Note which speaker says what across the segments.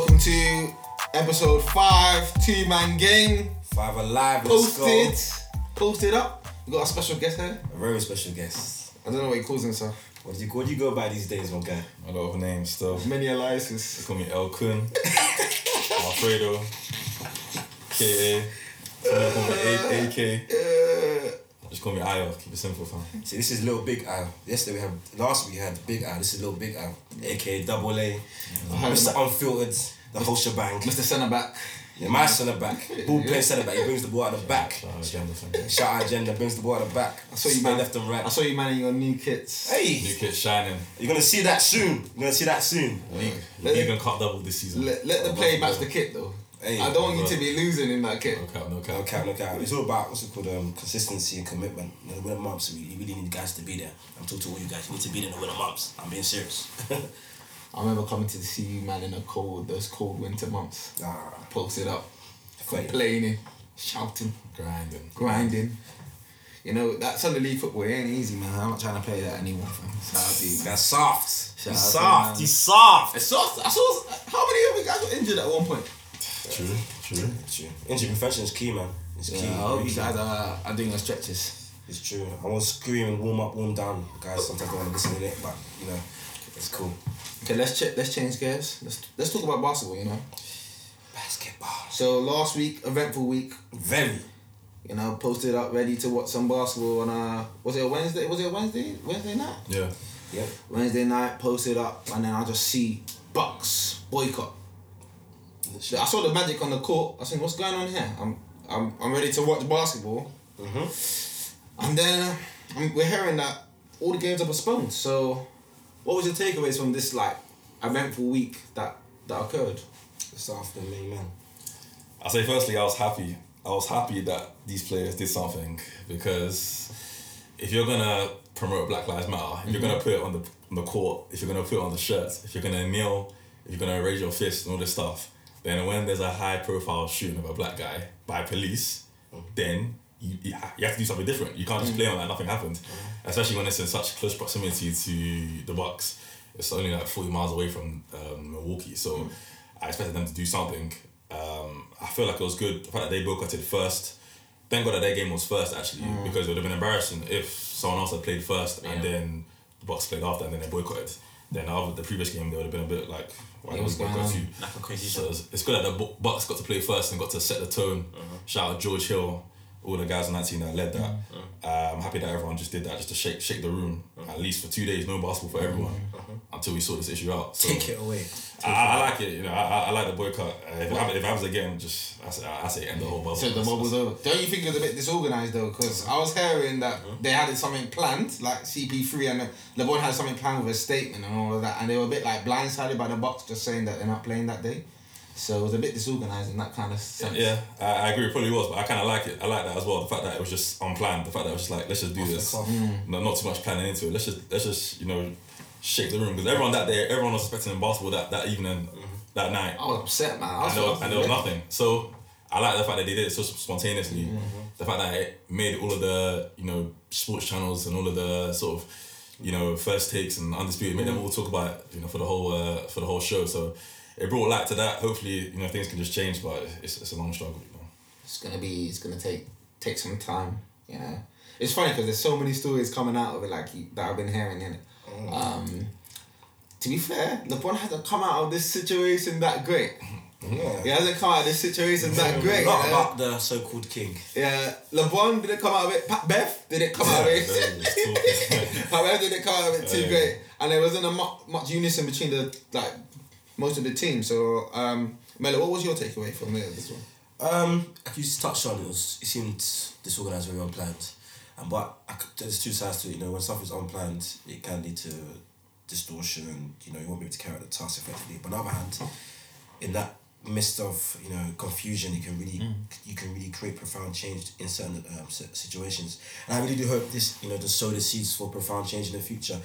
Speaker 1: to episode five, Two Man Gang.
Speaker 2: Five Alive, let's
Speaker 1: Posted,
Speaker 2: go.
Speaker 1: posted up. We got a special guest here.
Speaker 2: A very special guest.
Speaker 1: I don't know what he calls himself.
Speaker 2: What do you, what do you go by these days, my guy?
Speaker 3: A lot of names still.
Speaker 1: Many aliases.
Speaker 3: Call me El Kun, Alfredo, KA, Someone call me A-
Speaker 1: Uh,
Speaker 3: AK. Just call me Ayo, keep it simple, fam.
Speaker 2: See, this is Little Big Al. Yesterday we had, last week we had Big Al. This is Little Big Al, aka Double A, Mr. Unfiltered, the whole shebang.
Speaker 1: Mr. Centre Back.
Speaker 2: Yeah, my centre back, ball player centre back. He brings the ball out the back.
Speaker 3: Shout out to Anderson.
Speaker 2: Shout out Agenda brings the ball out the back.
Speaker 1: I saw you,
Speaker 2: Spin
Speaker 1: man.
Speaker 2: left and
Speaker 1: I
Speaker 2: right.
Speaker 1: saw you manning your new kits.
Speaker 3: New
Speaker 2: Hey,
Speaker 3: kid shining.
Speaker 2: you're gonna see that soon. You're gonna see that soon.
Speaker 3: League,
Speaker 1: Let
Speaker 3: league
Speaker 1: it-
Speaker 3: and cup double this season.
Speaker 1: Let, let the play match the kit though.
Speaker 2: Oh, Hey,
Speaker 1: I don't want you to be losing in that kit.
Speaker 3: No cap, no cap.
Speaker 2: No cap, no cap. It's all about what's it called um, consistency and commitment. In the winter months, we you really need guys to be there. I'm talking to all you guys. You need to be there in the winter months. I'm being serious.
Speaker 1: I remember coming to see you man in the cold, those cold winter months.
Speaker 2: nah,
Speaker 1: Posted up,
Speaker 2: Great.
Speaker 1: complaining, shouting,
Speaker 3: Grinding.
Speaker 1: grinding. You know, that Sunday league football it ain't easy, man. I'm not trying to play that anymore, fam. Shout out to you, man.
Speaker 2: that's soft.
Speaker 1: Shout
Speaker 2: he's
Speaker 1: out to
Speaker 2: soft.
Speaker 1: man.
Speaker 2: He's soft.
Speaker 1: I saw, I saw, how many of you guys got injured at one point?
Speaker 3: True, true.
Speaker 2: True. Injury prevention is key, man. It's key.
Speaker 1: Yeah, I hope you
Speaker 2: It's
Speaker 1: guys are, are doing your stretches.
Speaker 2: It's true. I want to scream, warm up, warm down. Guys, sometimes I want to listen to it, but you know, it's cool.
Speaker 1: Okay, let's check. Let's change gears. Let's let's talk about basketball. You know.
Speaker 2: Basketball.
Speaker 1: So last week, eventful week.
Speaker 2: Very.
Speaker 1: You know, posted up ready to watch some basketball on uh was it a Wednesday? Was it a Wednesday? Wednesday night.
Speaker 3: Yeah.
Speaker 2: Yep.
Speaker 1: Wednesday night, posted up, and then I just see Bucks boycott. I saw the magic on the court. I said, "What's going on here? I'm I'm I'm ready to watch basketball."
Speaker 2: Mm-hmm.
Speaker 1: And then um, we're hearing that all the games are postponed. So, what was your takeaways from this like eventful week that that occurred?
Speaker 2: It's after me, man.
Speaker 3: I say firstly, I was happy. I was happy that these players did something because if you're gonna promote Black Lives Matter, if you're gonna put it on the on the court, if you're gonna put it on the shirts, if you're gonna kneel, if you're gonna raise your fist and all this stuff, then when there's a high profile shooting of a black guy by police, then you, you ha- you have to do something different. You can't just play on that nothing happened, especially when it's in such close proximity to the Bucks. It's only like forty miles away from um, Milwaukee, so I expected them to do something. Um, I feel like it was good the fact that they boycotted first. Thank God that their game was first actually, because it would have been embarrassing if someone else had played first and then the Bucks played after and then they boycotted. Then after the previous game, they would have been a bit like, why did
Speaker 1: what's
Speaker 3: we
Speaker 1: going
Speaker 3: boycott
Speaker 1: on?
Speaker 3: you?
Speaker 2: Like a crazy
Speaker 3: So it's, it's good that the Bu- Bucks got to play first and got to set the tone. Shout out George Hill, all the guys on that team that led that. Uh, I'm happy that everyone just did that, just to shake shake the room. At least for two days, no basketball for everyone until we sort this issue out. So
Speaker 2: Take it away.
Speaker 3: I, I like it. You know, I, I- I like the boycott. Uh, if, it happens, if it happens again, just I say, I say end the whole bubble.
Speaker 1: So the mobile's over. Don't you think it was a bit disorganized though? Because I was hearing that they had something planned, like CP3 and LeBron had something planned with a statement and all of that, and they were a bit like blindsided by the Bucks just saying that they're not playing that day. So it was a bit disorganized in that kind of sense.
Speaker 3: Yeah, I, I agree. It probably was, but I kind of like it. I like that as well. The fact that it was just unplanned. The fact that it was just like, let's just do this.
Speaker 2: cuff.
Speaker 3: No, not too much planning into it. Let's just let's just you know shake the room because everyone that day, everyone was expecting basketball that that evening, that night.
Speaker 1: I was upset, man. I was
Speaker 3: and there, was, and there was
Speaker 1: upset.
Speaker 3: nothing. So I like the fact that they did it so spontaneously.
Speaker 1: Mm-hmm.
Speaker 3: The fact that it made all of the you know sports channels and all of the sort of you know first takes and undisputed made them
Speaker 1: Mm-hmm.
Speaker 3: all talk about it, you know for the whole uh, for the whole show. So it brought light to that. Hopefully you know things can just change, but it's, it's a long struggle. You know.
Speaker 1: It's gonna be. It's gonna take take some time. You know, it's funny because there's so many stories coming out of it, like you, that I've been hearing in it. Um, to be fair, LeBron hasn't come out of this situation that great.
Speaker 2: Yeah.
Speaker 1: He hasn't come out of this situation that great. you
Speaker 2: Not
Speaker 1: know?
Speaker 2: about the so-called king.
Speaker 1: Yeah, LeBron didn't come out of it. Pat Beth didn't come out of
Speaker 3: Yeah,
Speaker 1: it.
Speaker 3: it's talking.
Speaker 1: Pat Beth didn't come out of it too
Speaker 3: Yeah.
Speaker 1: great, and there wasn't a mu- much unison between the like most of the team. So, um, Melo, what was your takeaway from there? This one.
Speaker 2: Um, like you touched on, it, was, it seemed disorganized, very unplanned. And but I c there's two sides to it. You know, when stuff is unplanned, it can lead to distortion, and you know you won't be able to carry out the task effectively. But on the other hand, in that midst of you know confusion, you can really you can really create profound change in certain um, si- situations. And I really do hope this you know to sow the seeds for profound change in the future.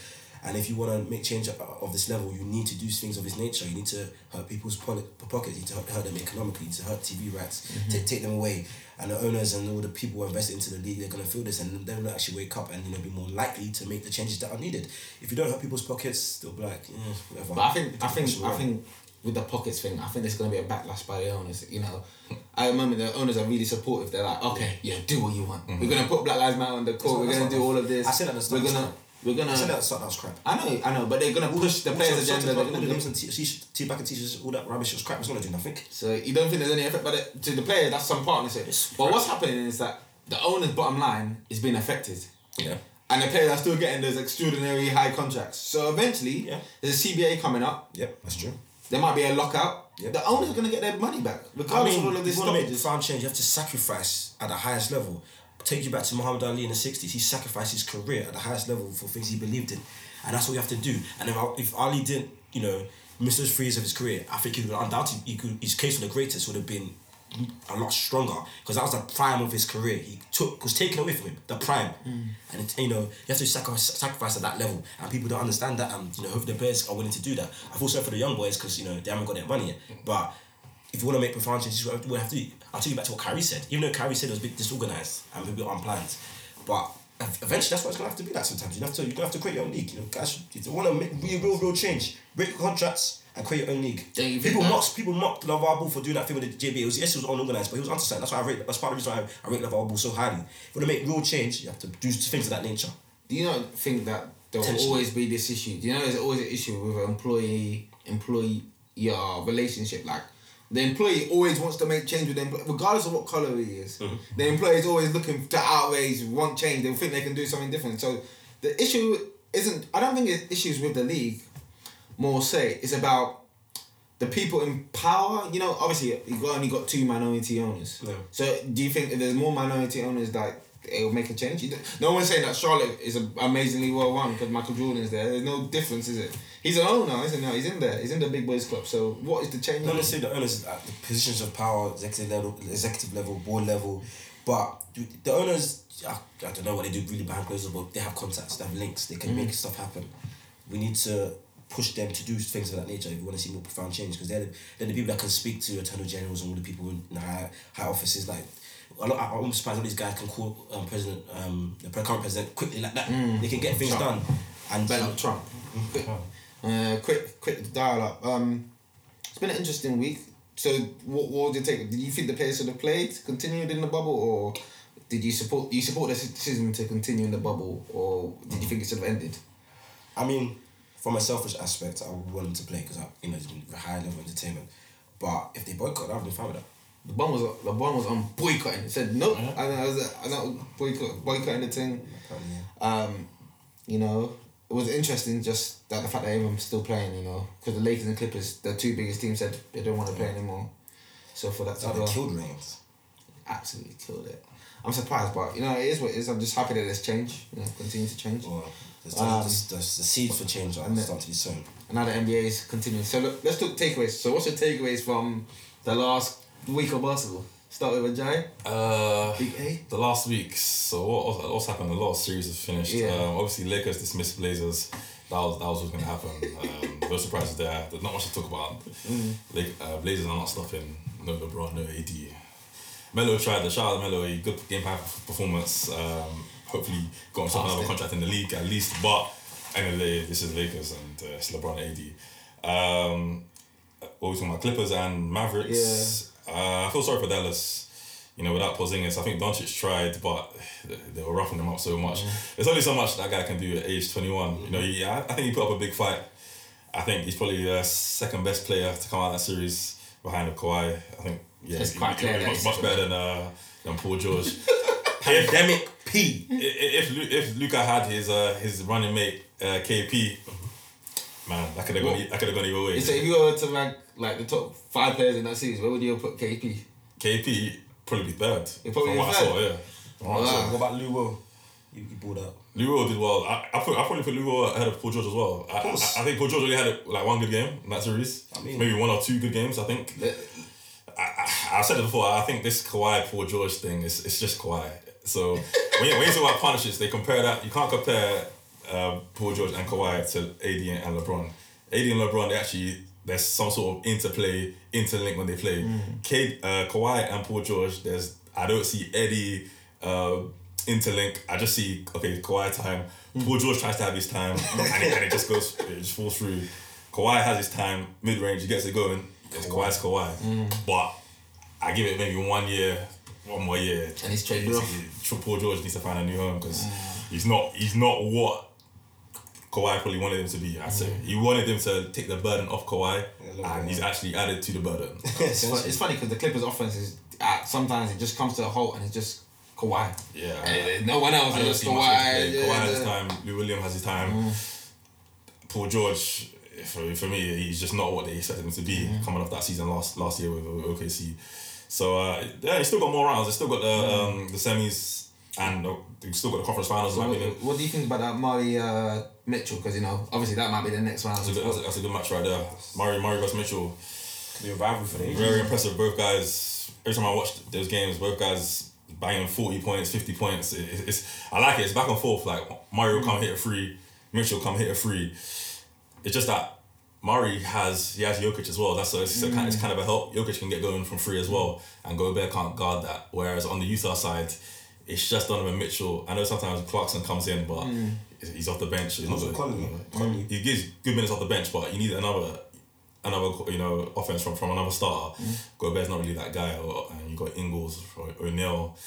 Speaker 2: And if you want to make change o- of this level, you need to do things of this nature. You need to hurt people's poli- pockets. You need to hurt, hurt them economically. You need to hurt TV rights.
Speaker 1: Mm-hmm.
Speaker 2: Take, take them away. And the owners and all the people who are invested into the league, they're going to feel this and they will actually wake up and you know be more likely to make the changes that are needed. If you don't hurt people's pockets, they'll be like, yeah, whatever.
Speaker 1: But I think I think I think with the pockets thing, I think there's gonna be a backlash by the owners. You know, at the moment the owners are really supportive. They're like, okay, yeah, do what you want. We're gonna put Black Lives Matter on the court. We're
Speaker 2: That's
Speaker 1: gonna
Speaker 2: Mm-hmm.
Speaker 1: do
Speaker 2: not-
Speaker 1: all of this.
Speaker 2: I said that at the start,
Speaker 1: We're
Speaker 2: it's
Speaker 1: gonna.
Speaker 2: not.
Speaker 1: We're
Speaker 2: I said
Speaker 1: gonna.
Speaker 2: that that was crap.
Speaker 1: I know, I know, but they're gonna push uh, the players'
Speaker 2: Also,
Speaker 1: agenda.
Speaker 2: All
Speaker 1: they're
Speaker 2: the
Speaker 1: gonna-
Speaker 2: names and te- she- teabag and teachers, all that rubbish it was crap. It's not gonna do nothing.
Speaker 1: So you don't think there's any effect, but it- to the player, that's some partnership.
Speaker 2: It's
Speaker 1: But what's happening is that the owner's bottom line is being affected,
Speaker 2: Yeah.
Speaker 1: and the players are still getting those extraordinary high contracts. So eventually,
Speaker 2: Yeah.
Speaker 1: there's a CBA coming up.
Speaker 2: Yep, that's true.
Speaker 1: There might be a lockout.
Speaker 2: Yeah.
Speaker 1: The owners are gonna get their money back
Speaker 2: I
Speaker 1: regardless
Speaker 2: mean,
Speaker 1: of all of
Speaker 2: if
Speaker 1: this
Speaker 2: you want to make the
Speaker 1: stoppages.
Speaker 2: farm change, you have to sacrifice at the highest level. Take you back to Muhammad Ali in the 60s. He sacrificed his career at the highest level for things he believed in. And that's what you have to do. And if, Al- if Ali didn't, you know, miss those three years of his career, I think he would undoubtedly, he could, his case for the greatest would have been a lot stronger because that was the prime of his career. He took was taken away from him the prime, and it, you know you have to sacrifice, sacrifice at that level, and people don't understand that. And you know, hope the players are willing to do that. I feel sorry for the young boys because you know they haven't got their money yet. But if you want to make profound changes, you have- we have to. do. I'll tell you back to what Kyrie said. Even though Kyrie said it was a bit disorganized and a bit unplanned, but ev- eventually that's what it's gonna have to be like. Sometimes you have to you have to create your own league. You know, guys, if you want to make real, real, real change, break contracts and create your own league.
Speaker 1: Don't you think
Speaker 2: people
Speaker 1: that-
Speaker 2: mock people mocked Lavar Ball for doing that thing with the JBA. It was, yes, it was unorganized, but he was undersigned. That's why I rate. That's part of the reason why I, I rate Lavar Ball so highly. If you want to make real change, you have to do things of that nature.
Speaker 1: Do you not think that there will
Speaker 2: Tension.
Speaker 1: always be this issue? Do you know there's always an issue with an employee employee yeah, relationship? Like the employee always wants to make change with the employee, regardless of what colour he is.
Speaker 2: Mm-hmm.
Speaker 1: The employee is always looking to outweighs want change. They think they can do something different. So the issue isn't. I don't think it's issues with the league. More say it's about the people in power, you know, obviously you got only got two minority owners.
Speaker 2: Yeah.
Speaker 1: So do you think if there's more minority owners that it will make a change? You don't- No one's saying that Charlotte is a- amazingly well run because Michael Jordan's there. There's no difference, is it? He's an owner, isn't he? He's in there. He's in the big boys club. So what is the change?
Speaker 2: Not necessarily the owners at the positions of power, executive level, executive level, board level, but the owners, I, I don't know what they do really behind closed doors, but they have contacts, they have links, they can make stuff happen. We need to push them to do things of that nature if we want to see more profound change because they're, the, they're the people that can speak to attorney generals and all the people in the high, high offices like. A lot, I- I'm almost surprised all these guys can call um, president, um, the pre- current president quickly like that. They can get things
Speaker 1: Trump.
Speaker 2: done, and
Speaker 1: Better than Trump. Quick, uh, quick, quick dial up. Um, it's been an interesting week. So what, what would you take? Did you think the players should have played, continued in the bubble, or did you support? Do you support the decision to continue in the bubble, or did you think it should have ended?
Speaker 2: I mean, from a selfish aspect, I would want them to play because you know it's been high level entertainment. But if they boycott, I've been fine with that.
Speaker 1: The bomb was the bomb was on boycotting. It said nope. I, I was I not boycott boycotting the thing.
Speaker 2: Apparently, yeah.
Speaker 1: Um, you know, it was interesting just that the fact that everyone's still playing. You know, because the Lakers and Clippers, the two biggest teams, said they don't want to play anymore. So for that to
Speaker 2: So
Speaker 1: go-
Speaker 2: they killed Reigns.
Speaker 1: absolutely killed it. I'm surprised, but you know, it is what it is. I'm just happy that there's change, you know, continue to change.
Speaker 2: Well, there's,
Speaker 1: Um,
Speaker 2: there's, there's, the seeds for change are
Speaker 1: and the-
Speaker 2: starting to be sown.
Speaker 1: And now the NBA is continuing. So look, let's talk takeaways. So what's your takeaways from the last week of basketball? Start with Ajay.
Speaker 3: Uh,
Speaker 1: Big A.
Speaker 3: the last week, so what what- what's happened? The last series is finished.
Speaker 1: Yeah.
Speaker 3: Um, obviously, Lakers dismissed Blazers. That was that was what's gonna happen. Um, no surprises there. There's not much to talk about. Like uh, Blazers are not stopping. No LeBron, no AD. Melo tried the shout out Melo. A good game five performance. Um, hopefully, got himself
Speaker 1: Passed
Speaker 3: another
Speaker 1: it.
Speaker 3: contract in the league at least. But and this is Lakers and uh, it's LeBron AD. Um, what we talking about? Clippers and Mavericks. Uh, I feel sorry for Dallas. You know, without Porzingis, I think Doncic tried, but they- they were roughing him up so much. There's only so much that guy can do at age 21. You know, yeah, I think he put up a big fight. I think he's probably the second best player to come out of that series behind Kawhi. I think yeah,
Speaker 1: It's
Speaker 3: he-
Speaker 1: quite
Speaker 3: he-
Speaker 1: clear
Speaker 3: he
Speaker 1: that
Speaker 3: was
Speaker 1: he's
Speaker 3: much, much
Speaker 1: second
Speaker 3: better than uh, than Paul George.
Speaker 2: Pandemic P.
Speaker 3: I- i- if Lu- if Luca had his uh, his running mate uh, KP, man, that could have gone e- that could have gone either way.
Speaker 1: So if you were to rank like the top five players in that series, where would you put KP?
Speaker 3: KP probably be third.
Speaker 1: He'd probably
Speaker 3: from
Speaker 1: be
Speaker 3: what I
Speaker 1: third.
Speaker 3: saw, yeah. From what I saw.
Speaker 1: Wow.
Speaker 2: What about Lou Will? You, you balled out.
Speaker 3: Lou Will did well. I, I, put, I probably put Lou Will ahead of Paul George as well. I, I,
Speaker 2: course.
Speaker 3: I think Paul George only had like one good game in that series.
Speaker 2: I mean-
Speaker 3: Maybe one or two good games, I think.
Speaker 1: The-
Speaker 3: I, I've said it before. I think this Kawhi Paul George thing is it's just Kawhi. So when you, when you talk about partnerships, they compare that. You can't compare uh, Paul George and Kawhi to AD and LeBron. AD and LeBron, they actually there's some sort of interplay, interlink when they play. K, uh, Kawhi and Paul George, there's I don't see any uh, interlink. I just see okay Kawhi time. Paul George tries to have his time, and, it, and it just goes, it just falls through. Kawhi has his time mid range. He gets it going. It's Kawhi's Kawhi. But I give it maybe one year, one more year.
Speaker 1: And he's traded off. Mm.
Speaker 3: Tr- Paul George needs to find a new home because he's not he's not what Kawhi probably wanted him to be. I'd
Speaker 1: Mm.
Speaker 3: say he wanted him to take the burden off Kawhi,
Speaker 2: Yeah, a little
Speaker 3: and
Speaker 2: bit,
Speaker 3: he's actually added to the burden.
Speaker 1: It's, fu- it's funny because the Clippers' offense is uh, sometimes it just comes to a halt and it's just Kawhi.
Speaker 3: Yeah.
Speaker 1: And there's no one else.
Speaker 3: I don't
Speaker 1: It's
Speaker 3: see much of
Speaker 1: Kawhi.
Speaker 3: it. Kawhi has his
Speaker 1: yeah, Mm.
Speaker 3: time. Lou William has his time. Paul George, for, for me, he's just not what they expected him to be
Speaker 1: Mm.
Speaker 3: coming off that season last last year with, with OKC. So uh, yeah, he's still got more rounds. He's still got the
Speaker 1: Mm.
Speaker 3: um, the semis and the, they've still got the conference finals.
Speaker 1: the-
Speaker 3: in my
Speaker 1: What,
Speaker 3: opinion.
Speaker 1: what do you think about that Marley uh, Mitchell? Because you know, obviously that might be the next round.
Speaker 3: That's a, good, that's, a, that's a good match right there. Murray, Murray versus Mitchell.
Speaker 2: Could be a rivalry for the ages.
Speaker 3: Very impressive. Both guys. Every time I watch those games, both guys banging forty points, fifty points. It, it- it's I like it. It's back and forth. Like Mario come hit a three, Mitchell come hit a three. It's just that Murray has he has Jokic as well. That's a, it's, a kind, it's kind of a help. Jokic can get going from three as well, and Gobert can't guard that. Whereas on the Utah side, it's just Donovan Mitchell. I know sometimes Clarkson comes in, but he's off the bench. He's not
Speaker 2: Also
Speaker 3: good.
Speaker 2: Conley, Conley.
Speaker 3: He gives good minutes off the bench, but you need another another you know offense from, from another starter.
Speaker 2: Mm-hmm.
Speaker 3: Gobert's not really that guy, or, and you got Ingles or O'Neal.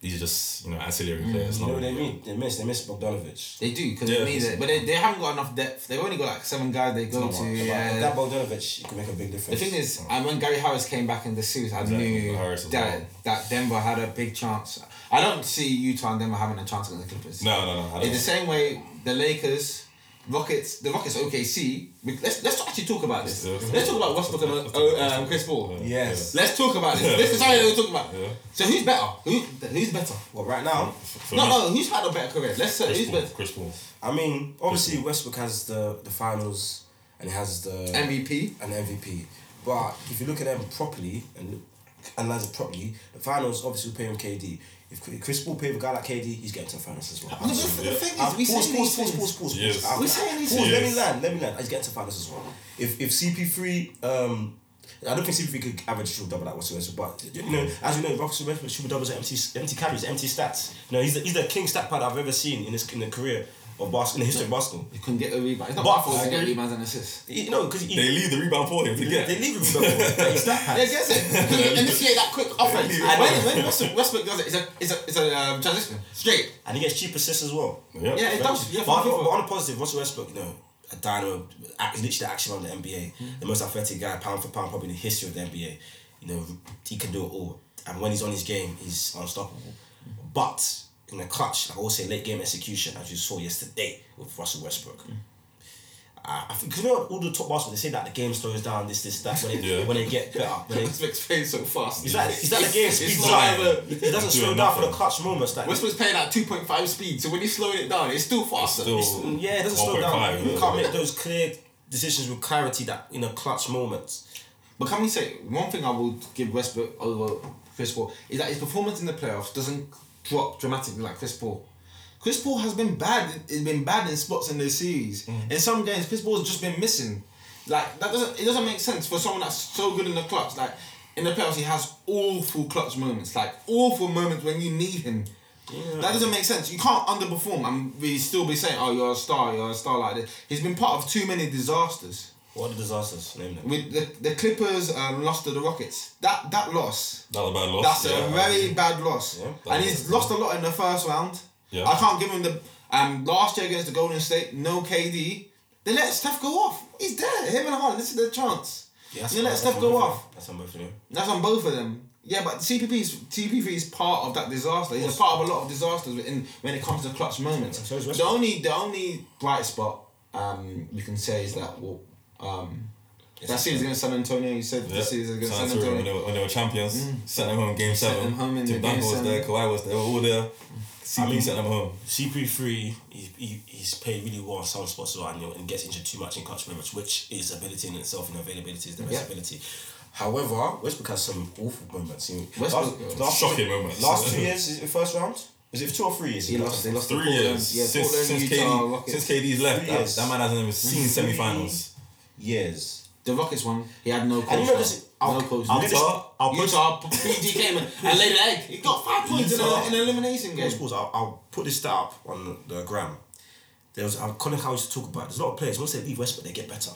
Speaker 3: These are just you know ancillary
Speaker 2: Mm-hmm. You
Speaker 3: players. not
Speaker 2: know what
Speaker 3: really-
Speaker 2: they mean? They miss. They miss Bogdanovich.
Speaker 1: They do because
Speaker 3: Yeah,
Speaker 1: they need
Speaker 3: it's-
Speaker 1: it, but they, they haven't got enough depth. They've only got like seven guys they go to.
Speaker 2: But
Speaker 1: Yeah.
Speaker 2: That Bogdanovich he could make a big
Speaker 1: the
Speaker 2: difference.
Speaker 1: thing is, and when Gary Harris came back in the series, I knew
Speaker 3: Harris as
Speaker 1: that
Speaker 3: well.
Speaker 1: that Denver had a big chance. I don't see Utah and Denver having a chance against the Clippers.
Speaker 3: No, no, no. I
Speaker 1: In the
Speaker 3: don't.
Speaker 1: same way, the Lakers, Rockets, the Rockets OKC. Let's let's actually talk about this. Let's talk about Westbrook and uh, um, Chris Paul.
Speaker 2: Yes.
Speaker 1: Let's talk about this. This is something that we talk about. So who's better? Who who's better?
Speaker 2: Well, right now,
Speaker 3: For
Speaker 1: No,
Speaker 3: me,
Speaker 1: no, who's had a better career? Let's say
Speaker 3: Chris
Speaker 1: who's
Speaker 3: Paul,
Speaker 1: better.
Speaker 3: Chris Paul.
Speaker 2: I mean, obviously Westbrook has the the finals and he has the
Speaker 1: MVP.
Speaker 2: an MVP. But if you look at them properly and look- analyze it properly, the finals obviously will pay him KD. If Chris Paul paid a guy like KD, he's getting to the finals as well.
Speaker 1: The, the thing
Speaker 2: Uh,
Speaker 1: is, we
Speaker 2: pause,
Speaker 1: say
Speaker 2: pause,
Speaker 1: these
Speaker 2: pause,
Speaker 1: things.
Speaker 2: pause, pause,
Speaker 3: Yes.
Speaker 2: pause. Uh,
Speaker 1: We saying these
Speaker 2: pause,
Speaker 1: things.
Speaker 2: Let me
Speaker 3: Yes.
Speaker 2: land. Let me land. I just get to finals as well. If if CP three, um, I don't think CP three could average triple double that whatsoever. But you know, as you know, Russell Westbrook triple doubles are empty empty calories, empty stats. You know, he's the, he's the king stat pad I've ever seen in his in the career of basketball, in the history of basketball.
Speaker 1: You can get a rebound. It's not
Speaker 2: But-
Speaker 1: bad for us to get
Speaker 2: I-
Speaker 1: rebounds and assists.
Speaker 2: You know, because
Speaker 3: They leave the rebound for him to get.
Speaker 2: they leave him double stat
Speaker 1: Yeah,
Speaker 2: pad.
Speaker 1: guess it. You can initiate that quick offense.
Speaker 3: Yeah.
Speaker 1: And when, when Westbrook, Westbrook does it, it's a it's a it's a um, transition straight.
Speaker 2: and he gets cheap assists as well.
Speaker 3: Yep.
Speaker 1: Yeah, it does. Yeah,
Speaker 2: but,
Speaker 1: for
Speaker 2: on, but
Speaker 1: people.
Speaker 2: on a positive, Russell Westbrook, you know, a dynamo, act- he's literally the action on the NBA,
Speaker 1: Mm-hmm.
Speaker 2: the most athletic guy, pound for pound, probably in the history of the NBA. You know, he can do it all, and when he's on his game, he's unstoppable. But in the clutch, like I always say, late game execution, as you saw yesterday with Russell Westbrook.
Speaker 1: Mm.
Speaker 2: I I think 'cause you know all the top basketball they say that the game slows down this this that when it
Speaker 3: Yeah.
Speaker 2: when they get better when they,
Speaker 1: Westbrook's playing so fast.
Speaker 2: is that is that the game
Speaker 1: It's- it's
Speaker 2: speeds
Speaker 1: not
Speaker 2: up
Speaker 1: ever-
Speaker 2: it doesn't
Speaker 3: Doing
Speaker 2: slow down for the
Speaker 3: nothing.
Speaker 2: clutch moments like
Speaker 1: Westbrook's playing at two point five speed, so when you're slowing it down, it's still faster.
Speaker 3: Still
Speaker 2: Mm, Yeah, it doesn't slow
Speaker 3: 1.5,
Speaker 2: down. You
Speaker 3: yeah.
Speaker 2: can't make those clear decisions with clarity that in a clutch moment.
Speaker 1: But can we say one thing I would give Westbrook over Chris Paul is that his performance in the playoffs doesn't drop dramatically like Chris Paul. Chris Paul has been bad. It's been bad in spots in the series. In some games, Chris Paul's just been missing. Like that doesn't. It doesn't make sense for someone that's so good in the clutch. Like in the playoffs, he has awful clutch moments. Like awful moments when you need him. That doesn't make sense. You can't underperform and we still be saying, "Oh, you're a star. You're a star." Like this, he's been part of too many disasters
Speaker 2: What are the disasters? Name them.
Speaker 1: with the, the Clippers um, lost to the Rockets. That that loss,
Speaker 3: That was a bad loss.
Speaker 1: that's a very bad loss.
Speaker 2: Yeah,
Speaker 3: that
Speaker 1: and
Speaker 3: was-
Speaker 1: he's lost a lot in the first round.
Speaker 3: Yeah.
Speaker 1: I can't give him the um last year against the Golden State, no KD. They let Steph go off. He's there. Him and Harden. This is their chance.
Speaker 2: that's-
Speaker 1: you let
Speaker 2: that's
Speaker 1: Steph
Speaker 2: on
Speaker 1: go
Speaker 2: both of
Speaker 1: off.
Speaker 2: them. That's on both of them.
Speaker 1: That's on both of them. Yeah, but CPP is CPP is part of that disaster. He's a part of a lot of disasters in, when it comes to clutch moments.
Speaker 2: So is
Speaker 1: the
Speaker 2: Westbrook.
Speaker 1: only the only bright spot um you can say is that well, um that series against San Antonio. You said
Speaker 3: Yeah.
Speaker 1: the series against
Speaker 3: San
Speaker 1: San
Speaker 3: Antonio, when, they
Speaker 1: Antonio.
Speaker 3: were, when they were champions, sent them home game seven.
Speaker 1: Mm. them home in the
Speaker 3: Tim Duncan
Speaker 1: game
Speaker 3: was there,
Speaker 1: seven.
Speaker 3: Kawhi was there, they were all there. CP sent them home.
Speaker 2: CP3, he, he, he's played really well in some spots as well and, you know, and gets injured too much in clutch moments, which is ability in itself and availability is the best
Speaker 1: Yeah.
Speaker 2: ability. However, Westbrook has some awful moments. You know,
Speaker 1: Westbrook-
Speaker 2: last,
Speaker 3: Shocking moments.
Speaker 2: Last two years, is it first round? Is it two or three years?
Speaker 1: He lost. They lost to
Speaker 3: Three
Speaker 1: Portland.
Speaker 3: years
Speaker 1: Yeah,
Speaker 3: since,
Speaker 1: Portland,
Speaker 3: since,
Speaker 1: Utah,
Speaker 3: KD,
Speaker 1: Rockets.
Speaker 3: since KD's left.
Speaker 2: Three
Speaker 3: That,
Speaker 2: years.
Speaker 3: that man hasn't even seen
Speaker 2: Three
Speaker 3: semifinals.
Speaker 2: Years.
Speaker 1: The Rockets won. He had no coach.
Speaker 2: And you know this-
Speaker 1: no
Speaker 2: I'll-
Speaker 1: coach.
Speaker 2: I'll-
Speaker 1: Utah.
Speaker 2: I'll-
Speaker 1: Utah. PG came and and laid an egg. He got five points in, a,
Speaker 2: Utah.
Speaker 1: in an elimination game.
Speaker 2: Of course, I'll, I'll put this stat up uh, on the, the gram. There was, I'm calling how I used to talk about. it. There's a lot of players once they leave Westbrook, they get better.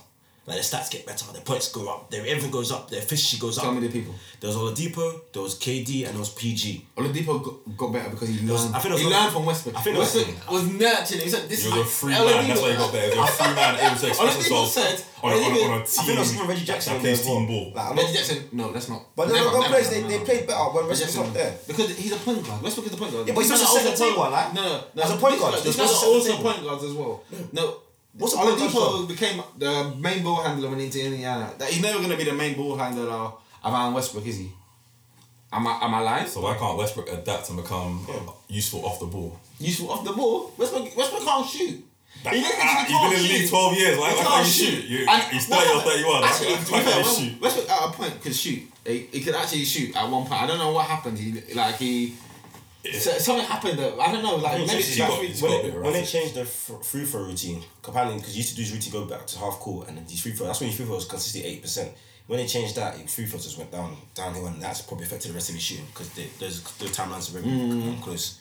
Speaker 2: Like their stats get better, their points go up, their everything goes up, their efficiency goes
Speaker 1: Tell
Speaker 2: up.
Speaker 1: me the people.
Speaker 2: There was Oladipo, there was KD, and there was PG.
Speaker 1: Oladipo got, got better because he
Speaker 2: was-
Speaker 1: learned.
Speaker 2: I think it was
Speaker 1: he
Speaker 2: Olad-
Speaker 1: learned from Westbrook.
Speaker 2: I think it was-
Speaker 1: Westbrook was, nurturing. him. He said, "This
Speaker 3: You're a
Speaker 1: is
Speaker 3: free
Speaker 1: Oladipo-
Speaker 3: man. That's why you got there. You're a free man able to express
Speaker 1: Oladipo
Speaker 3: yourself
Speaker 1: said-
Speaker 3: on, a, on, a,
Speaker 1: Oladipo-
Speaker 3: on
Speaker 1: I
Speaker 3: a team.
Speaker 2: I think there was even Reggie Jackson
Speaker 3: that
Speaker 2: on there
Speaker 3: plays
Speaker 2: as well.
Speaker 3: team ball.
Speaker 2: Like, I'm
Speaker 1: Reggie
Speaker 2: not,
Speaker 1: Jackson. No, that's not.
Speaker 2: but they
Speaker 1: Never,
Speaker 2: were good
Speaker 1: never,
Speaker 2: players. They,
Speaker 1: never,
Speaker 2: they
Speaker 1: never.
Speaker 2: played better when
Speaker 1: Reggie Jackson
Speaker 2: Westbrook was not there.
Speaker 1: because he's a point guard. Westbrook is a point guard.
Speaker 2: Yeah, but he's
Speaker 1: These men
Speaker 2: also
Speaker 1: are
Speaker 2: second
Speaker 1: also
Speaker 2: team one, like.
Speaker 1: No, no, no.
Speaker 2: As a point guard,
Speaker 1: These guys
Speaker 2: there's also
Speaker 1: are also
Speaker 2: second
Speaker 1: point guards as well. No.
Speaker 2: What's a point guard
Speaker 1: Oladipo became the main ball handler when he did Indiana. That- He's never going to be the main ball handler around Westbrook, is he? Am I am I lying?
Speaker 3: So why can't Westbrook adapt and become
Speaker 2: Yeah.
Speaker 3: useful off the ball?
Speaker 1: Useful off the ball. Westbrook Westbrook can't shoot.
Speaker 3: Like,
Speaker 1: He
Speaker 3: ah,
Speaker 1: literally
Speaker 3: you've been in the
Speaker 1: can't
Speaker 3: league
Speaker 1: shoot.
Speaker 3: 12 years. Why,
Speaker 1: He
Speaker 3: why
Speaker 1: can't
Speaker 3: can't you shoot? You,
Speaker 1: And-
Speaker 3: he's 30 or
Speaker 1: well,
Speaker 3: 31. Why,
Speaker 1: Actually,
Speaker 3: why,
Speaker 1: to be
Speaker 3: why
Speaker 1: fair,
Speaker 3: can't you
Speaker 1: West-
Speaker 3: shoot?
Speaker 1: Westbrook at a point could shoot. He, he could actually shoot at one point. I don't know what happened. He like he. So, something happened that I don't know. Like
Speaker 2: He's
Speaker 1: maybe
Speaker 2: just-
Speaker 3: he got-
Speaker 1: that's
Speaker 3: he's
Speaker 1: when
Speaker 3: got
Speaker 1: it-
Speaker 3: a bit
Speaker 2: When they
Speaker 3: erratic.
Speaker 2: changed the fr- free throw routine, apparently because you used to do his routine go back to half court and then his free throw. That's when his free throw was consistently eight percent. When they changed that, his free throws just went down downhill, and that's probably affected the rest of his shooting because those the timelines are very um, close.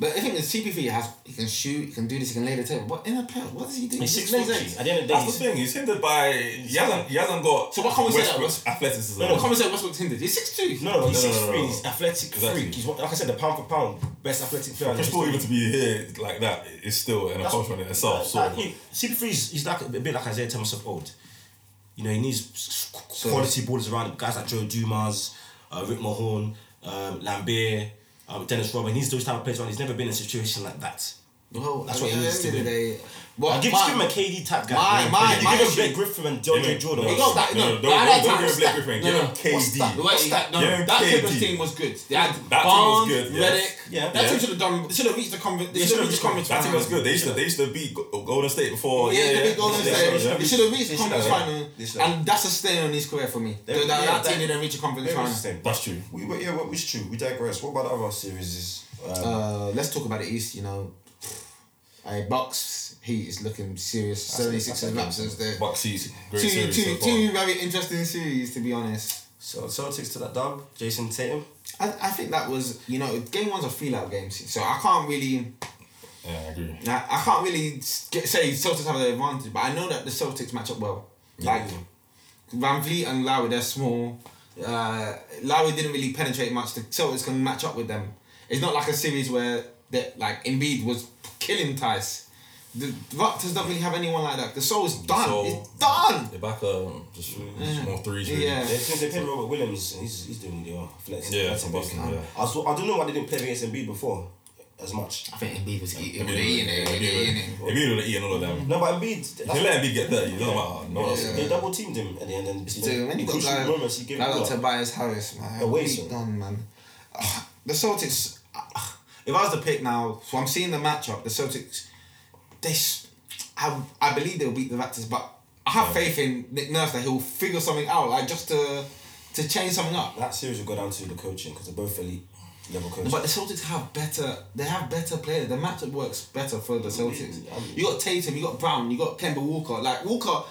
Speaker 1: But the thing is, CP3 has he can shoot, he can do this, he can lay the table. But in the playoffs, what does he do?
Speaker 2: He's
Speaker 1: He just
Speaker 2: six
Speaker 1: lays
Speaker 2: foot.
Speaker 1: eggs.
Speaker 2: G. At the end of the day,
Speaker 3: That's the
Speaker 2: he's-
Speaker 3: thing. He's hindered by he hasn't he hasn't got
Speaker 1: So what can we say that
Speaker 3: Westbrook's
Speaker 1: was-
Speaker 3: athleticism.
Speaker 1: No, no, come and say Westbrook's hindered. He's six two.
Speaker 2: No, no, he's
Speaker 3: No, no,
Speaker 2: six
Speaker 3: no,
Speaker 2: three.
Speaker 3: no.
Speaker 2: He's athletic
Speaker 3: Exactly.
Speaker 2: freak. He's one- like I said, the pound for pound best athletic player. in
Speaker 3: Chris
Speaker 2: the
Speaker 3: Paul
Speaker 2: history.
Speaker 3: even to be here like that is still an accomplishment in itself. So
Speaker 2: Like, he- CP3 is he's like a bit like Isaiah Thomas of old. You know, he needs s- s-
Speaker 1: So-
Speaker 2: quality ballers around him. Guys like Joe Dumas, uh, Rick Mahorn, um, Lambert, um, Dennis Robin. He needs those type of players around. He's never been in a situation like that.
Speaker 1: Well, that's
Speaker 2: That's
Speaker 1: what
Speaker 2: what he
Speaker 1: at the
Speaker 2: needs
Speaker 1: end
Speaker 2: to
Speaker 1: of the
Speaker 2: do.
Speaker 1: day. Well,
Speaker 2: I'll give, just give him a KD type guy.
Speaker 1: my-
Speaker 2: You know,
Speaker 1: my-
Speaker 2: you
Speaker 1: my
Speaker 2: give him Blake
Speaker 1: issue-
Speaker 2: Griffin and
Speaker 3: Yeah,
Speaker 2: DeAndre
Speaker 3: man.
Speaker 2: Jordan.
Speaker 1: He
Speaker 3: No,
Speaker 1: got that.
Speaker 3: no,
Speaker 1: No,
Speaker 3: don't-
Speaker 1: but at that
Speaker 3: don't
Speaker 1: time,
Speaker 3: give him Blake Griffin,
Speaker 1: no,
Speaker 3: give
Speaker 1: no,
Speaker 3: him KD.
Speaker 1: what's that? The way
Speaker 2: What's
Speaker 1: he-
Speaker 2: that?
Speaker 1: No,
Speaker 3: Give him
Speaker 1: that Clippers
Speaker 3: KD.
Speaker 1: team was good. They had
Speaker 3: That team was
Speaker 1: Barnes,
Speaker 3: good, yeah.
Speaker 1: Redick.
Speaker 2: Yeah.
Speaker 1: that
Speaker 3: Yeah.
Speaker 1: team should have done. They should have reached the conference. They
Speaker 2: They
Speaker 1: should
Speaker 2: should've
Speaker 1: have reached the conference.
Speaker 3: that team was
Speaker 1: finals.
Speaker 3: good. They used to they used to beat Go- Golden State before.
Speaker 1: yeah, they beat Golden
Speaker 2: They
Speaker 1: State.
Speaker 2: should've-
Speaker 1: They should have reached
Speaker 2: they
Speaker 1: the
Speaker 2: should've,
Speaker 1: conference
Speaker 2: yeah.
Speaker 1: final,
Speaker 2: They should've.
Speaker 1: and that's a stain on his career for me.
Speaker 2: They-
Speaker 1: That
Speaker 2: yeah,
Speaker 1: that team
Speaker 2: that-
Speaker 1: didn't reach the conference
Speaker 2: Very
Speaker 1: final.
Speaker 2: interesting.
Speaker 3: That's true.
Speaker 2: We, we, yeah, well, it's true. We digress. What about the other series? Um,
Speaker 1: Uh, let's talk about the East. You know, a Bucks Heat is looking serious. Seventy six
Speaker 2: that's
Speaker 1: and
Speaker 2: a-
Speaker 1: Raptors there.
Speaker 3: Bucks season.
Speaker 1: Two,
Speaker 3: Great series
Speaker 1: two-
Speaker 3: so far.
Speaker 1: two very interesting series to be honest.
Speaker 2: so Celtics to that dub. Jason Tatum.
Speaker 1: I, I think that was you know game one's a feel out game, so I can't really
Speaker 3: Yeah, I agree.
Speaker 1: I, I can't really s- get, say Celtics have the advantage, but I know that the Celtics match up well. Like Van Vliet and Lowry, they're small. Uh, Lowry didn't really penetrate much. The Celtics can match up with them. It's not like a series where that like Embiid was killing Tice. The Raptors don't really have anyone like that. The soul is done.
Speaker 3: So,
Speaker 1: it's done.
Speaker 3: Ibaka um, just, just more threes. Really.
Speaker 1: Yeah.
Speaker 2: They played, they played Robert Williams. and He's, he's doing really well. Flex,
Speaker 3: Yeah,
Speaker 2: flex
Speaker 3: from
Speaker 2: and basic.
Speaker 3: Boston, yeah.
Speaker 2: I, was, I don't know why they didn't play against Embiid before as much.
Speaker 1: I think Embiid was eating,
Speaker 3: Embiid
Speaker 1: eating it,
Speaker 3: would-
Speaker 1: eating it.
Speaker 3: Embiid would- Embiid would have eaten all of them.
Speaker 2: No, but Embiid.
Speaker 3: If you let Embiid get there, it doesn't matter. No one else.
Speaker 2: They double teamed him at the end. And
Speaker 1: So when you
Speaker 2: in crucial
Speaker 1: got
Speaker 2: moments, he
Speaker 1: like,
Speaker 2: gave
Speaker 1: like
Speaker 2: it
Speaker 1: that
Speaker 2: all.
Speaker 1: Tobias Harris, man,
Speaker 2: A
Speaker 1: what
Speaker 2: waste,
Speaker 1: he's
Speaker 2: man.
Speaker 1: done, man. Ugh, the Celtics. ugh, If I was to pick now, so I'm seeing the matchup. The Celtics, they, s- I, I believe they'll beat the Raptors, but I have faith in Nick Nurse that he'll figure something out, like just to to change something up.
Speaker 2: That series will go down to the coaching because they're both elite level coaches.
Speaker 1: But the Celtics have better. They have better players. The matchup works better for the Celtics. You got Tatum. You got Brown. You got Kemba Walker. Like Walker,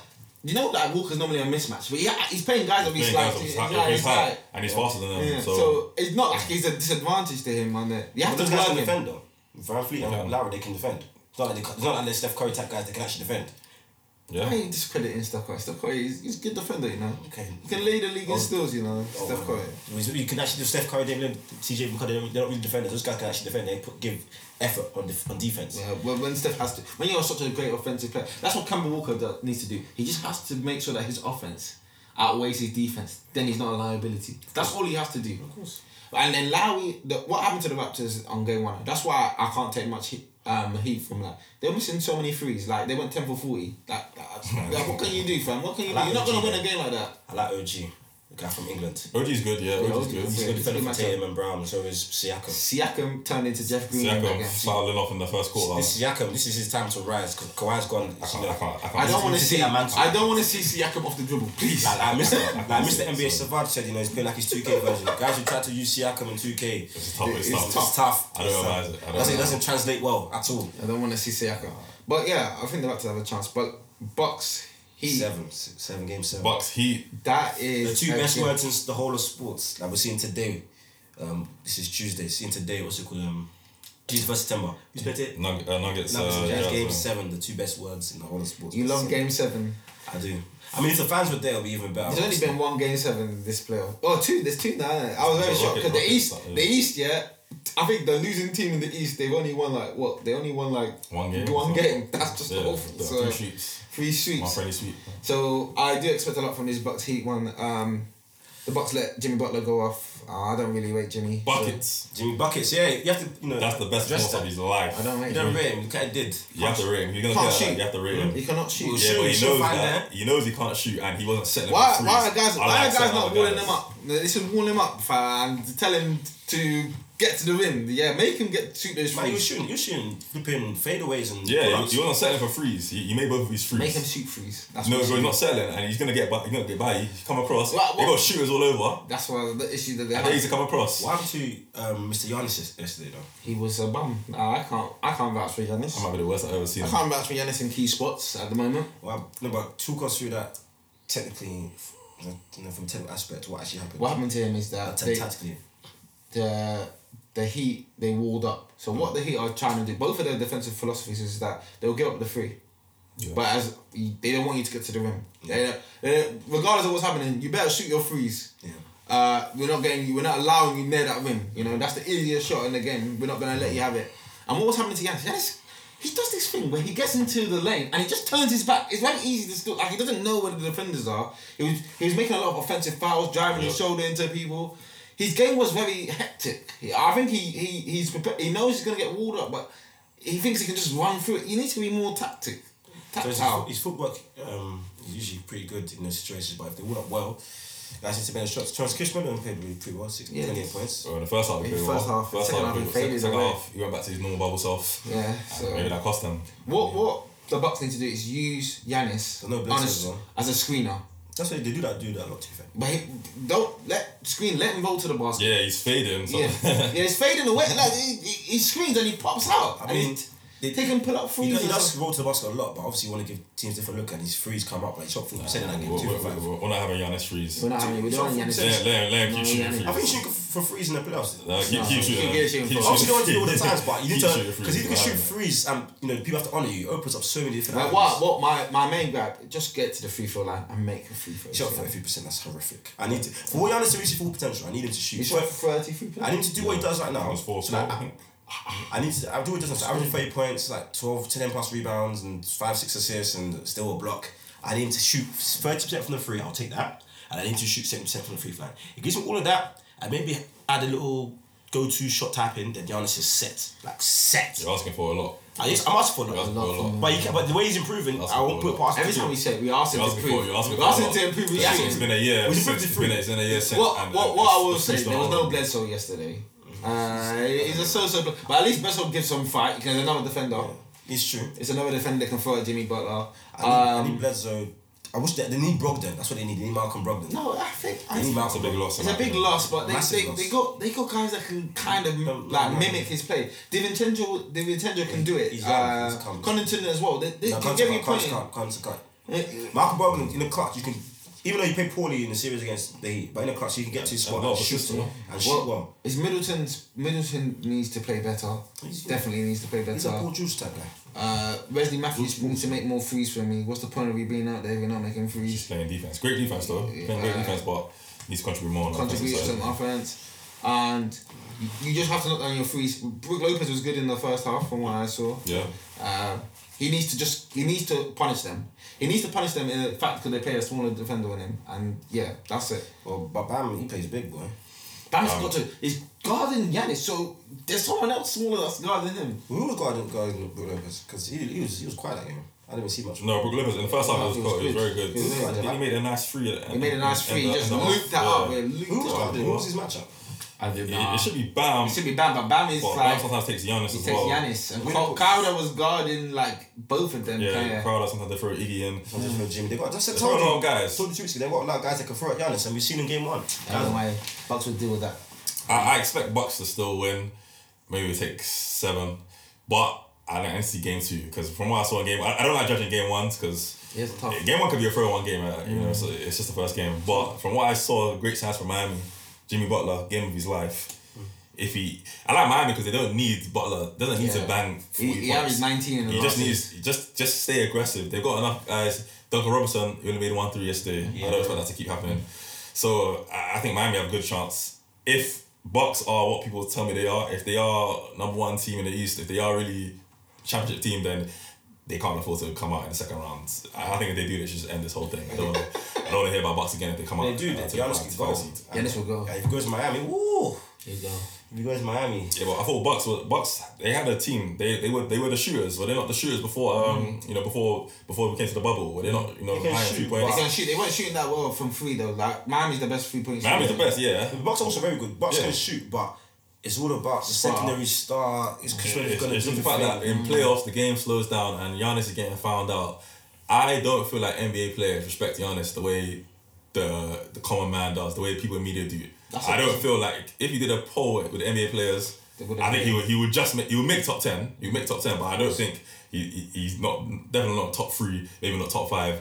Speaker 1: you know that Walker's normally a mismatch, but yeah, he's playing guys of his
Speaker 3: Playing
Speaker 1: like,
Speaker 3: guys
Speaker 1: he's
Speaker 3: up his-
Speaker 1: like-
Speaker 3: his
Speaker 1: he's
Speaker 3: height,
Speaker 1: like-
Speaker 3: and he's faster than them.
Speaker 2: Um,
Speaker 1: Yeah, so,
Speaker 3: so,
Speaker 1: it's not like he's a disadvantage to him, man. You have
Speaker 2: But those
Speaker 1: to
Speaker 2: guys
Speaker 1: work
Speaker 2: can
Speaker 1: him.
Speaker 2: defend though. Van Fleet
Speaker 3: Yeah.
Speaker 2: and Larry, they can defend. It's not like they, ca- it's not like they're Steph Curry type guys that can actually defend.
Speaker 3: yeah.
Speaker 1: Why are you discrediting Steph Curry? Steph Curry, he's, he's a good defender, you know.
Speaker 2: Okay.
Speaker 1: He can lead the league in steals, you know,
Speaker 2: Oh,
Speaker 1: Steph
Speaker 2: wow.
Speaker 1: Curry.
Speaker 2: You can actually do Steph Curry, they TJ because they're, they're not really defenders. Those guys can actually defend. They put, give effort on def- on defense.
Speaker 1: Yeah, well, when Steph has to, when you're such a great offensive player, that's what Kemba Walker do- needs to do. He just has to make sure that his offense outweighs his defense. Then he's not a liability. That's all he has to do. Of course. And then Lowry, the, what happened to the Raptors on game one? That's why I can't take much heat, um, heat from that. They were missing so many threes. Like they went ten for forty. Like, like, like, what can you do, fam? What can you do? You're not gonna win a game like that.
Speaker 2: I like OG, the guy from England.
Speaker 3: OG's good, yeah. OG's
Speaker 1: OG
Speaker 3: good.
Speaker 1: is
Speaker 2: He's a
Speaker 1: Yeah,
Speaker 2: good defender for
Speaker 1: it's a good matchup.
Speaker 2: Tatum and Brown, so is Siakam.
Speaker 1: Siakam turned into Jeff Green. in that
Speaker 3: Siakam
Speaker 1: game.
Speaker 3: fouling off in the first quarter.
Speaker 2: This is Siakam. This is his time to rise because Kawhi's gone.
Speaker 3: I can't, I can't, I can't.
Speaker 1: I don't want to
Speaker 2: He's
Speaker 1: see.
Speaker 2: a man.
Speaker 1: I don't want to see Siakam off the dribble, please.
Speaker 2: Like, like Mr. like Mr.
Speaker 3: Sorry.
Speaker 2: NBA Savard said, you know, he's playing like his 2K version. Guys who try to use Siakam and 2K,
Speaker 3: It's tough, it's
Speaker 2: it's tough.
Speaker 3: tough.
Speaker 2: tough.
Speaker 3: I don't
Speaker 2: It's
Speaker 3: advise
Speaker 2: tough.
Speaker 3: it, I don't
Speaker 2: Doesn't- It
Speaker 3: advise
Speaker 2: doesn't translate well at all.
Speaker 1: I don't want to see Siakam. But yeah, I think they're about to have a chance. But Bucks, he
Speaker 2: Seven, s- seven game seven.
Speaker 3: Bucks Heat.
Speaker 1: that
Speaker 2: the
Speaker 1: is
Speaker 2: two
Speaker 1: a
Speaker 2: best
Speaker 1: good-
Speaker 2: words in the whole of sports, like we're seeing today. Um, this is Tuesday. Seeing today, what's it called? Um, Leeds versus Timber. Who's better? it?
Speaker 3: Nug- uh, Nuggets.
Speaker 2: Nuggets
Speaker 3: uh,
Speaker 2: and Jazz
Speaker 3: Jazz,
Speaker 2: game
Speaker 3: yeah.
Speaker 2: seven, the two best words in the whole of sports.
Speaker 1: You love
Speaker 2: Seven.
Speaker 1: game seven.
Speaker 2: I do. I mean, if the fans were there, it'd be even better.
Speaker 1: There's only been one game seven this playoff. Oh, two. There's two now. innit? I was very
Speaker 3: Yeah,
Speaker 1: shocked
Speaker 3: Rocket-
Speaker 1: because the
Speaker 3: Rockets
Speaker 1: East,
Speaker 3: started.
Speaker 1: the East, yeah. I think the losing team in the East, they've only won like what? They only won like
Speaker 3: One game.
Speaker 1: One
Speaker 3: so-
Speaker 1: game. That's just
Speaker 3: Yeah,
Speaker 1: awful.
Speaker 3: the
Speaker 1: So
Speaker 3: three sheets.
Speaker 1: three
Speaker 3: My
Speaker 1: sweeps.
Speaker 3: friendly sweep.
Speaker 1: So I do expect a lot from this Bucks Heat one. Um, the Bucks let Jimmy Butler go off. Uh, I don't really rate Jimmy.
Speaker 3: Buckets.
Speaker 2: Jimmy Buckets, yeah, you have to, you know.
Speaker 3: That's the best
Speaker 2: address
Speaker 3: performance of
Speaker 2: that.
Speaker 3: his life.
Speaker 1: I don't rate
Speaker 2: You don't
Speaker 1: Jimmy.
Speaker 2: rate him, look at it did.
Speaker 3: You have to rate him. You're gonna
Speaker 1: Can't
Speaker 3: say that.
Speaker 1: shoot.
Speaker 3: You have to rate him.
Speaker 1: He cannot shoot.
Speaker 3: Yeah,
Speaker 2: Shoot,
Speaker 3: but he
Speaker 2: shoot,
Speaker 3: knows
Speaker 2: find
Speaker 3: that.
Speaker 2: that.
Speaker 3: He knows he can't shoot, and he wasn't setting.
Speaker 1: Why,
Speaker 3: up
Speaker 1: why are
Speaker 3: threes.
Speaker 1: guys?
Speaker 3: I
Speaker 1: Why are
Speaker 3: like
Speaker 1: guys
Speaker 3: setting
Speaker 1: not
Speaker 3: up
Speaker 1: warning
Speaker 3: guys.
Speaker 1: them up? This is warm him up, fam, and tell him to get to the rim. Yeah, make him get shoot those
Speaker 2: Man, you're
Speaker 1: threes.
Speaker 2: shooting, you're shooting flipping fadeaways and.
Speaker 3: Yeah, you,
Speaker 2: pull-ups.
Speaker 3: you wasn't settling for threes. He, he made both of his threes.
Speaker 1: Make him shoot threes. That's
Speaker 3: no,
Speaker 1: what
Speaker 3: so
Speaker 1: he
Speaker 3: he's not
Speaker 1: should
Speaker 3: selling, and he's gonna get by. He's gonna get by. you. He's come across.
Speaker 1: What-
Speaker 3: They
Speaker 1: what-
Speaker 3: got shooters all over.
Speaker 1: do. That's why the issue that they
Speaker 3: And they used
Speaker 1: have.
Speaker 3: to come across.
Speaker 2: What happened to um, Mr. Giannis yes- yesterday, though?
Speaker 1: He was a bum. Nah, I can't. I can't vouch for
Speaker 3: That
Speaker 1: Giannis.
Speaker 3: might be the worst I've ever seen.
Speaker 1: I
Speaker 3: him.
Speaker 1: can't vouch for Giannis in key spots at the moment.
Speaker 2: Well, no, but took us through that technically, you know, from a technical aspect, what actually happened.
Speaker 1: What happened to him is that
Speaker 2: Ta-
Speaker 1: they,
Speaker 2: Tactically.
Speaker 1: the the Heat they walled up. So what the Heat are trying to do, both of their defensive philosophies is that they'll give up the three,
Speaker 3: Yeah.
Speaker 1: but as they don't want you to get to the rim. They don't- they don't- regardless of what's happening, you better shoot your threes.
Speaker 2: Yeah.
Speaker 1: Uh, we're not getting you. We're not allowing you near that rim. You know that's the easiest shot in the game. We're not gonna let you have it. And what was happening to Giannis? Giannis, he does this thing where he gets into the lane and he just turns his back. It's very easy to still like he doesn't know where the defenders are. He was he was making a lot of offensive fouls, driving his
Speaker 3: Yeah.
Speaker 1: shoulder into people. His game was very hectic. He- I think he he he's prepared. He knows he's gonna get walled up, but he thinks he can just run through it. He needs to be more tactic,
Speaker 2: So
Speaker 1: tactile.
Speaker 2: his, his footwork um, is usually pretty good in those situations, but if they wall up well, guys need to make shots. Terrence Kishman done played really pretty well, six,
Speaker 1: Yeah.
Speaker 2: 28 points.
Speaker 3: Well, the first half,
Speaker 1: His first half,
Speaker 3: first
Speaker 1: second
Speaker 3: half,
Speaker 1: half, he
Speaker 3: second,
Speaker 1: faded
Speaker 3: second
Speaker 1: away.
Speaker 3: half, he went back to his normal bubble self.
Speaker 1: Yeah,
Speaker 3: And
Speaker 1: so-
Speaker 3: maybe that cost him.
Speaker 1: What what the Bucks need to do is use Yanis
Speaker 2: No,
Speaker 1: on
Speaker 2: Blitz
Speaker 1: a
Speaker 2: as
Speaker 1: s-
Speaker 2: well.
Speaker 1: as a screener.
Speaker 2: That's why they do that, do that a lot, to be fair.
Speaker 1: But he, don't let screen let him roll to the basket.
Speaker 3: Yeah, he's fading. So.
Speaker 1: Yeah, yeah, it's fading away. Like he, he he screams and he pops out.
Speaker 2: I
Speaker 1: and
Speaker 2: mean,
Speaker 1: he,
Speaker 2: they-
Speaker 1: they can pull up
Speaker 2: He,
Speaker 1: threes.
Speaker 2: does- he
Speaker 1: and
Speaker 2: does
Speaker 1: stuff.
Speaker 2: roll to the basket a lot, but obviously you want to give teams different look, and his threes come up. Like, he shot 40% in that game,
Speaker 3: We're,
Speaker 2: 2
Speaker 3: we're,
Speaker 2: for 5.
Speaker 3: we're, we're not having Giannis threes.
Speaker 1: We're not having it. We don't want Yanis.
Speaker 3: Let him- let him- let him
Speaker 1: No,
Speaker 3: keep shooting
Speaker 1: Giannis.
Speaker 3: threes.
Speaker 2: I think shooting for threes in the playoffs.
Speaker 3: No, keep,
Speaker 1: No,
Speaker 3: keep
Speaker 1: keep
Speaker 3: shooting.
Speaker 1: getting shooting threes.
Speaker 2: Obviously, you don't want to do all the times, but you need
Speaker 3: Keep
Speaker 2: to
Speaker 3: shooting
Speaker 2: because
Speaker 3: threes.
Speaker 2: you can shoot
Speaker 3: Right.
Speaker 2: threes, and you know people have to honor you. It opens up so many different.
Speaker 1: Like what?
Speaker 2: avenues.
Speaker 1: What my, my main grab? Just get to the free throw line and make a free throw.
Speaker 2: He shot thirty three percent. That's horrific. I need to for what Giannis to reach his full potential. I need him to
Speaker 1: He
Speaker 2: shoot.
Speaker 1: shot
Speaker 2: But
Speaker 1: thirty free throw.
Speaker 2: I need to do what he does right now.
Speaker 3: That was four,
Speaker 2: So, like,
Speaker 3: four, I
Speaker 2: I,
Speaker 3: think.
Speaker 2: I need to. I do what he does. So averaging thirty points, like 12, 10 plus rebounds, and five six assists, and still a block. I need him to shoot thirty percent from the free. I'll take that, and I need to shoot seventy percent from the free flag. It gives him all of that, and maybe add a little go to shot type in. Then Giannis is set, like set.
Speaker 3: You're asking for a lot.
Speaker 2: I just, I'm asking for
Speaker 3: You're
Speaker 2: that.
Speaker 3: asking for a lot.
Speaker 2: But, you can, but the way he's improving,
Speaker 3: That's
Speaker 2: I won't
Speaker 3: cool.
Speaker 2: put it past
Speaker 1: Every
Speaker 2: him.
Speaker 1: time we said we asked him
Speaker 3: You're
Speaker 1: to
Speaker 3: asking for.
Speaker 1: improve,
Speaker 3: You're asking
Speaker 1: we
Speaker 3: for a lot.
Speaker 1: asked him to improve. his
Speaker 3: Yeah,
Speaker 1: shooting.
Speaker 3: It's been a year.
Speaker 2: Was it
Speaker 3: since- It's
Speaker 2: 53?
Speaker 3: been a- it's been a year since.
Speaker 1: What,
Speaker 3: and,
Speaker 1: what,
Speaker 3: uh,
Speaker 1: what I will
Speaker 3: it's-
Speaker 1: say,
Speaker 3: it's
Speaker 1: there was
Speaker 3: not- Mm.
Speaker 1: no Bledsoe yesterday. Uh, he's a so-so, pl- but at least Bledsoe gives some fight because another defender.
Speaker 2: It's true.
Speaker 1: It's another defender that can throw at Jimmy Butler.
Speaker 2: I need, I need
Speaker 1: Um,
Speaker 2: Bledsoe. I wish they, they need Brogdon. That's what they need. They need Malcolm Brogdon.
Speaker 1: no, I think I,
Speaker 2: they
Speaker 1: it's
Speaker 2: need
Speaker 3: That's a
Speaker 2: Malcolm
Speaker 3: big
Speaker 2: Brogdon.
Speaker 3: loss. in
Speaker 1: a
Speaker 3: my
Speaker 1: big
Speaker 3: opinion.
Speaker 1: loss, but they,
Speaker 2: Massive
Speaker 1: they,
Speaker 2: loss.
Speaker 1: they got they got guys that can kind of
Speaker 2: No,
Speaker 1: like
Speaker 2: no.
Speaker 1: mimic his play. Divincenzo, Divincenzo can do it.
Speaker 2: He's young,
Speaker 1: Uh,
Speaker 2: he's calm.
Speaker 1: Connaughton as well. They, they
Speaker 2: No,
Speaker 1: can
Speaker 2: can't,
Speaker 1: give you
Speaker 2: can't,
Speaker 1: point.
Speaker 2: can't, can't, can't, can't.
Speaker 1: Uh,
Speaker 2: Malcolm Brogdon in the clutch, you can, even though you play poorly in the series against the Heat, but in the clutch you can get to his spot
Speaker 3: lot
Speaker 2: and
Speaker 3: of
Speaker 2: shoot
Speaker 3: assists, no?
Speaker 2: and shoot
Speaker 1: Well,
Speaker 2: well.
Speaker 1: is Middleton's Middleton needs to play better.
Speaker 2: He's-
Speaker 1: Definitely needs to play better.
Speaker 2: He's a Paul George type guy.
Speaker 1: Uh, Wesley Matthews needs to make more threes for me. What's the point of you being out there if you're not making
Speaker 3: He's
Speaker 1: threes?
Speaker 3: playing defense. Great defense though. Playing great
Speaker 1: Yeah.
Speaker 3: defense, but needs to contribute more. on the
Speaker 1: Contribute to
Speaker 3: offensive
Speaker 1: some
Speaker 3: side.
Speaker 1: offense, and you- you just have to knock down your threes. Brook Lopez was good in the first half, from what I saw.
Speaker 3: Yeah.
Speaker 1: Uh, he needs to just he needs to punish them. He needs to punish them in the fact because they play a smaller defender on him, and yeah, that's it.
Speaker 2: Well, but Bam, he plays big boy.
Speaker 1: Bam's
Speaker 3: Um,
Speaker 1: got to is guarding Yanis, so there's someone else smaller that's guarding him.
Speaker 2: Who was guarding guarding Brook Lopez? Because he, he was he was quiet that game. I didn't even see much.
Speaker 3: No, Brook Lopez in the first half
Speaker 1: No,
Speaker 3: was,
Speaker 1: he was
Speaker 3: cold. He was
Speaker 1: good.
Speaker 3: very good.
Speaker 1: He was
Speaker 2: very good.
Speaker 3: Then he made a nice free. at-
Speaker 1: He made a nice
Speaker 3: in
Speaker 1: free,
Speaker 3: the-
Speaker 1: he just
Speaker 3: in the half.
Speaker 1: looped that up.
Speaker 3: Yeah.
Speaker 1: yeah, looped
Speaker 2: Who was
Speaker 1: it up.
Speaker 2: guarding? Who was his matchup?
Speaker 1: I did
Speaker 3: It- It should be Bam.
Speaker 1: It should be Bam, but Bam is
Speaker 3: But Bam
Speaker 1: like
Speaker 3: sometimes takes Giannis as
Speaker 1: He
Speaker 3: well.
Speaker 1: takes Yanis and
Speaker 2: Really?
Speaker 1: Crow- Crowder was guarding like both of them.
Speaker 3: Yeah,
Speaker 1: Yeah,
Speaker 3: Crowder sometimes they throw Iggy in.
Speaker 2: I'm just for Jimmy. They got that's a
Speaker 3: They got a lot of guys.
Speaker 2: Told you two weeks ago, they got a lot of guys that can throw at Giannis, and we've seen in game one.
Speaker 1: I don't know why Bucks would deal with that.
Speaker 3: I, I expect Bucks to still win. Maybe take seven, but I don't see game two because from what I saw in game, I, I don't like judging game ones because
Speaker 1: It's tough. Mm.
Speaker 3: game one could be a throw one game, uh, you know. So it's
Speaker 1: Mm.
Speaker 3: just the first game. But from what I saw, great signs from Miami, Jimmy Butler, game of his life. if he, I like Miami because they don't need Butler. Doesn't need
Speaker 1: Yeah.
Speaker 3: to bang. 40
Speaker 1: He, he
Speaker 3: points.
Speaker 1: averaged 19 in the
Speaker 3: You
Speaker 1: last
Speaker 3: just need
Speaker 1: season.
Speaker 3: just just stay aggressive. They've got enough guys. Duncan Robertson, he only made one three yesterday. I don't expect that to keep happening. So I I think Miami have a good chance. If Bucks are what people tell me they are, if they are number one team in the East, if they are really championship team, then they can't afford to come out in the second round. I I think if they do, they should just end this whole thing. I don't, wanna- I don't want to hear about Bucks again if they come
Speaker 2: They
Speaker 3: out.
Speaker 2: do,
Speaker 3: uh,
Speaker 2: they-
Speaker 3: to
Speaker 2: Giannis
Speaker 3: round,
Speaker 2: could
Speaker 3: to
Speaker 2: go.
Speaker 3: first seed.
Speaker 1: Yeah, this will go.
Speaker 2: Yeah, if he goes to Miami, woo!
Speaker 4: Here you go.
Speaker 2: If he goes to Miami,
Speaker 3: Yeah, but I thought Bucks were Bucks. They had a team. They they were they were the shooters. Were they not the shooters before? Um, you know, before before we came to the bubble. Were they not? You know,
Speaker 2: Mm. They can
Speaker 3: high on
Speaker 2: shoot,
Speaker 3: three
Speaker 1: They
Speaker 3: points.
Speaker 1: can shoot. They weren't shooting that well from three though. Like Miami's the best three point.
Speaker 3: Miami's the
Speaker 1: shooter.
Speaker 3: best. Yeah.
Speaker 2: the Bucks are also very good. Bucks
Speaker 3: Yeah.
Speaker 2: can shoot, but it's all about the
Speaker 1: Star.
Speaker 2: secondary star. It's because
Speaker 3: It's,
Speaker 2: he's
Speaker 3: it's,
Speaker 2: gonna do
Speaker 3: just
Speaker 2: the
Speaker 3: the fact
Speaker 2: thing.
Speaker 3: that in playoffs the game slows down and Giannis is getting found out. I don't feel like NBA players respect Giannis the way the the common man does, the way people in media do.
Speaker 1: That's
Speaker 3: I don't
Speaker 1: amazing.
Speaker 3: feel like if you did a poll with NBA players,
Speaker 1: They would've
Speaker 3: I think he
Speaker 1: made-
Speaker 3: would he would just make he would make top ten. He would make top ten, but I don't think he, he he's not definitely not top three, maybe not top five.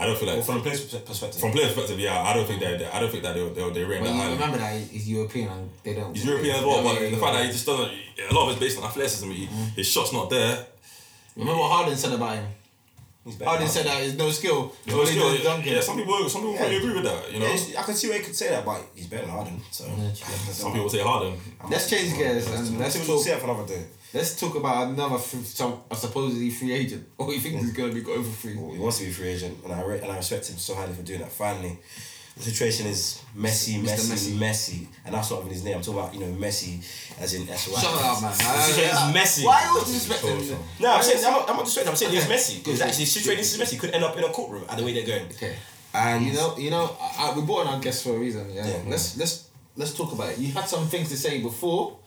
Speaker 3: I don't feel like
Speaker 2: Well, from a player's perspective, perspective.
Speaker 3: from player perspective, yeah, I don't think they I don't think that they they they rate
Speaker 1: But
Speaker 3: that
Speaker 1: you
Speaker 3: highly.
Speaker 1: remember that he's European and they don't.
Speaker 3: He's European as well,
Speaker 1: Yeah,
Speaker 3: but
Speaker 1: yeah,
Speaker 3: the
Speaker 1: yeah.
Speaker 3: fact that he just doesn't, a lot of it's based on athleticism. He,
Speaker 1: Mm-hmm.
Speaker 3: His shot's not there.
Speaker 1: remember what Harden said about him.
Speaker 2: He's better
Speaker 1: Harden
Speaker 2: now.
Speaker 1: said that he's no skill.
Speaker 3: He's
Speaker 1: all
Speaker 3: not
Speaker 1: he
Speaker 3: skilled.
Speaker 1: does is dunking.
Speaker 3: yeah, some people, some people really agree with that. You know,
Speaker 2: Yeah, it's- I can see where he could say that, but he's better than Harden. So
Speaker 3: some people say Harden.
Speaker 1: Let's change gears and let's
Speaker 2: Let's we'll
Speaker 1: talk.
Speaker 2: see that for another day.
Speaker 1: Let's talk about another f- some a supposedly free agent. Or you think he's gonna be going for free?
Speaker 2: Well, he wants to be a free agent, and I re- and I respect him so highly for doing that. Finally, the situation is messy, messy, messy,
Speaker 1: Messi.
Speaker 2: and that's not even his name. I'm talking about you know Messi, as in S Y.
Speaker 1: Shut up, man.
Speaker 2: The situation is messy.
Speaker 1: Why are you always disrespecting him?
Speaker 2: No, I'm saying I'm not, I'm not disrespecting. I'm saying it's messy because
Speaker 1: Okay.
Speaker 2: actually, the situation is messy. Could end up in a courtroom at the way they're going.
Speaker 1: Okay. And you know, you know, I, I- we brought on our guest for a reason. Yeah.
Speaker 2: Yeah.
Speaker 1: Let's let's let's talk about it. You had some things to say before.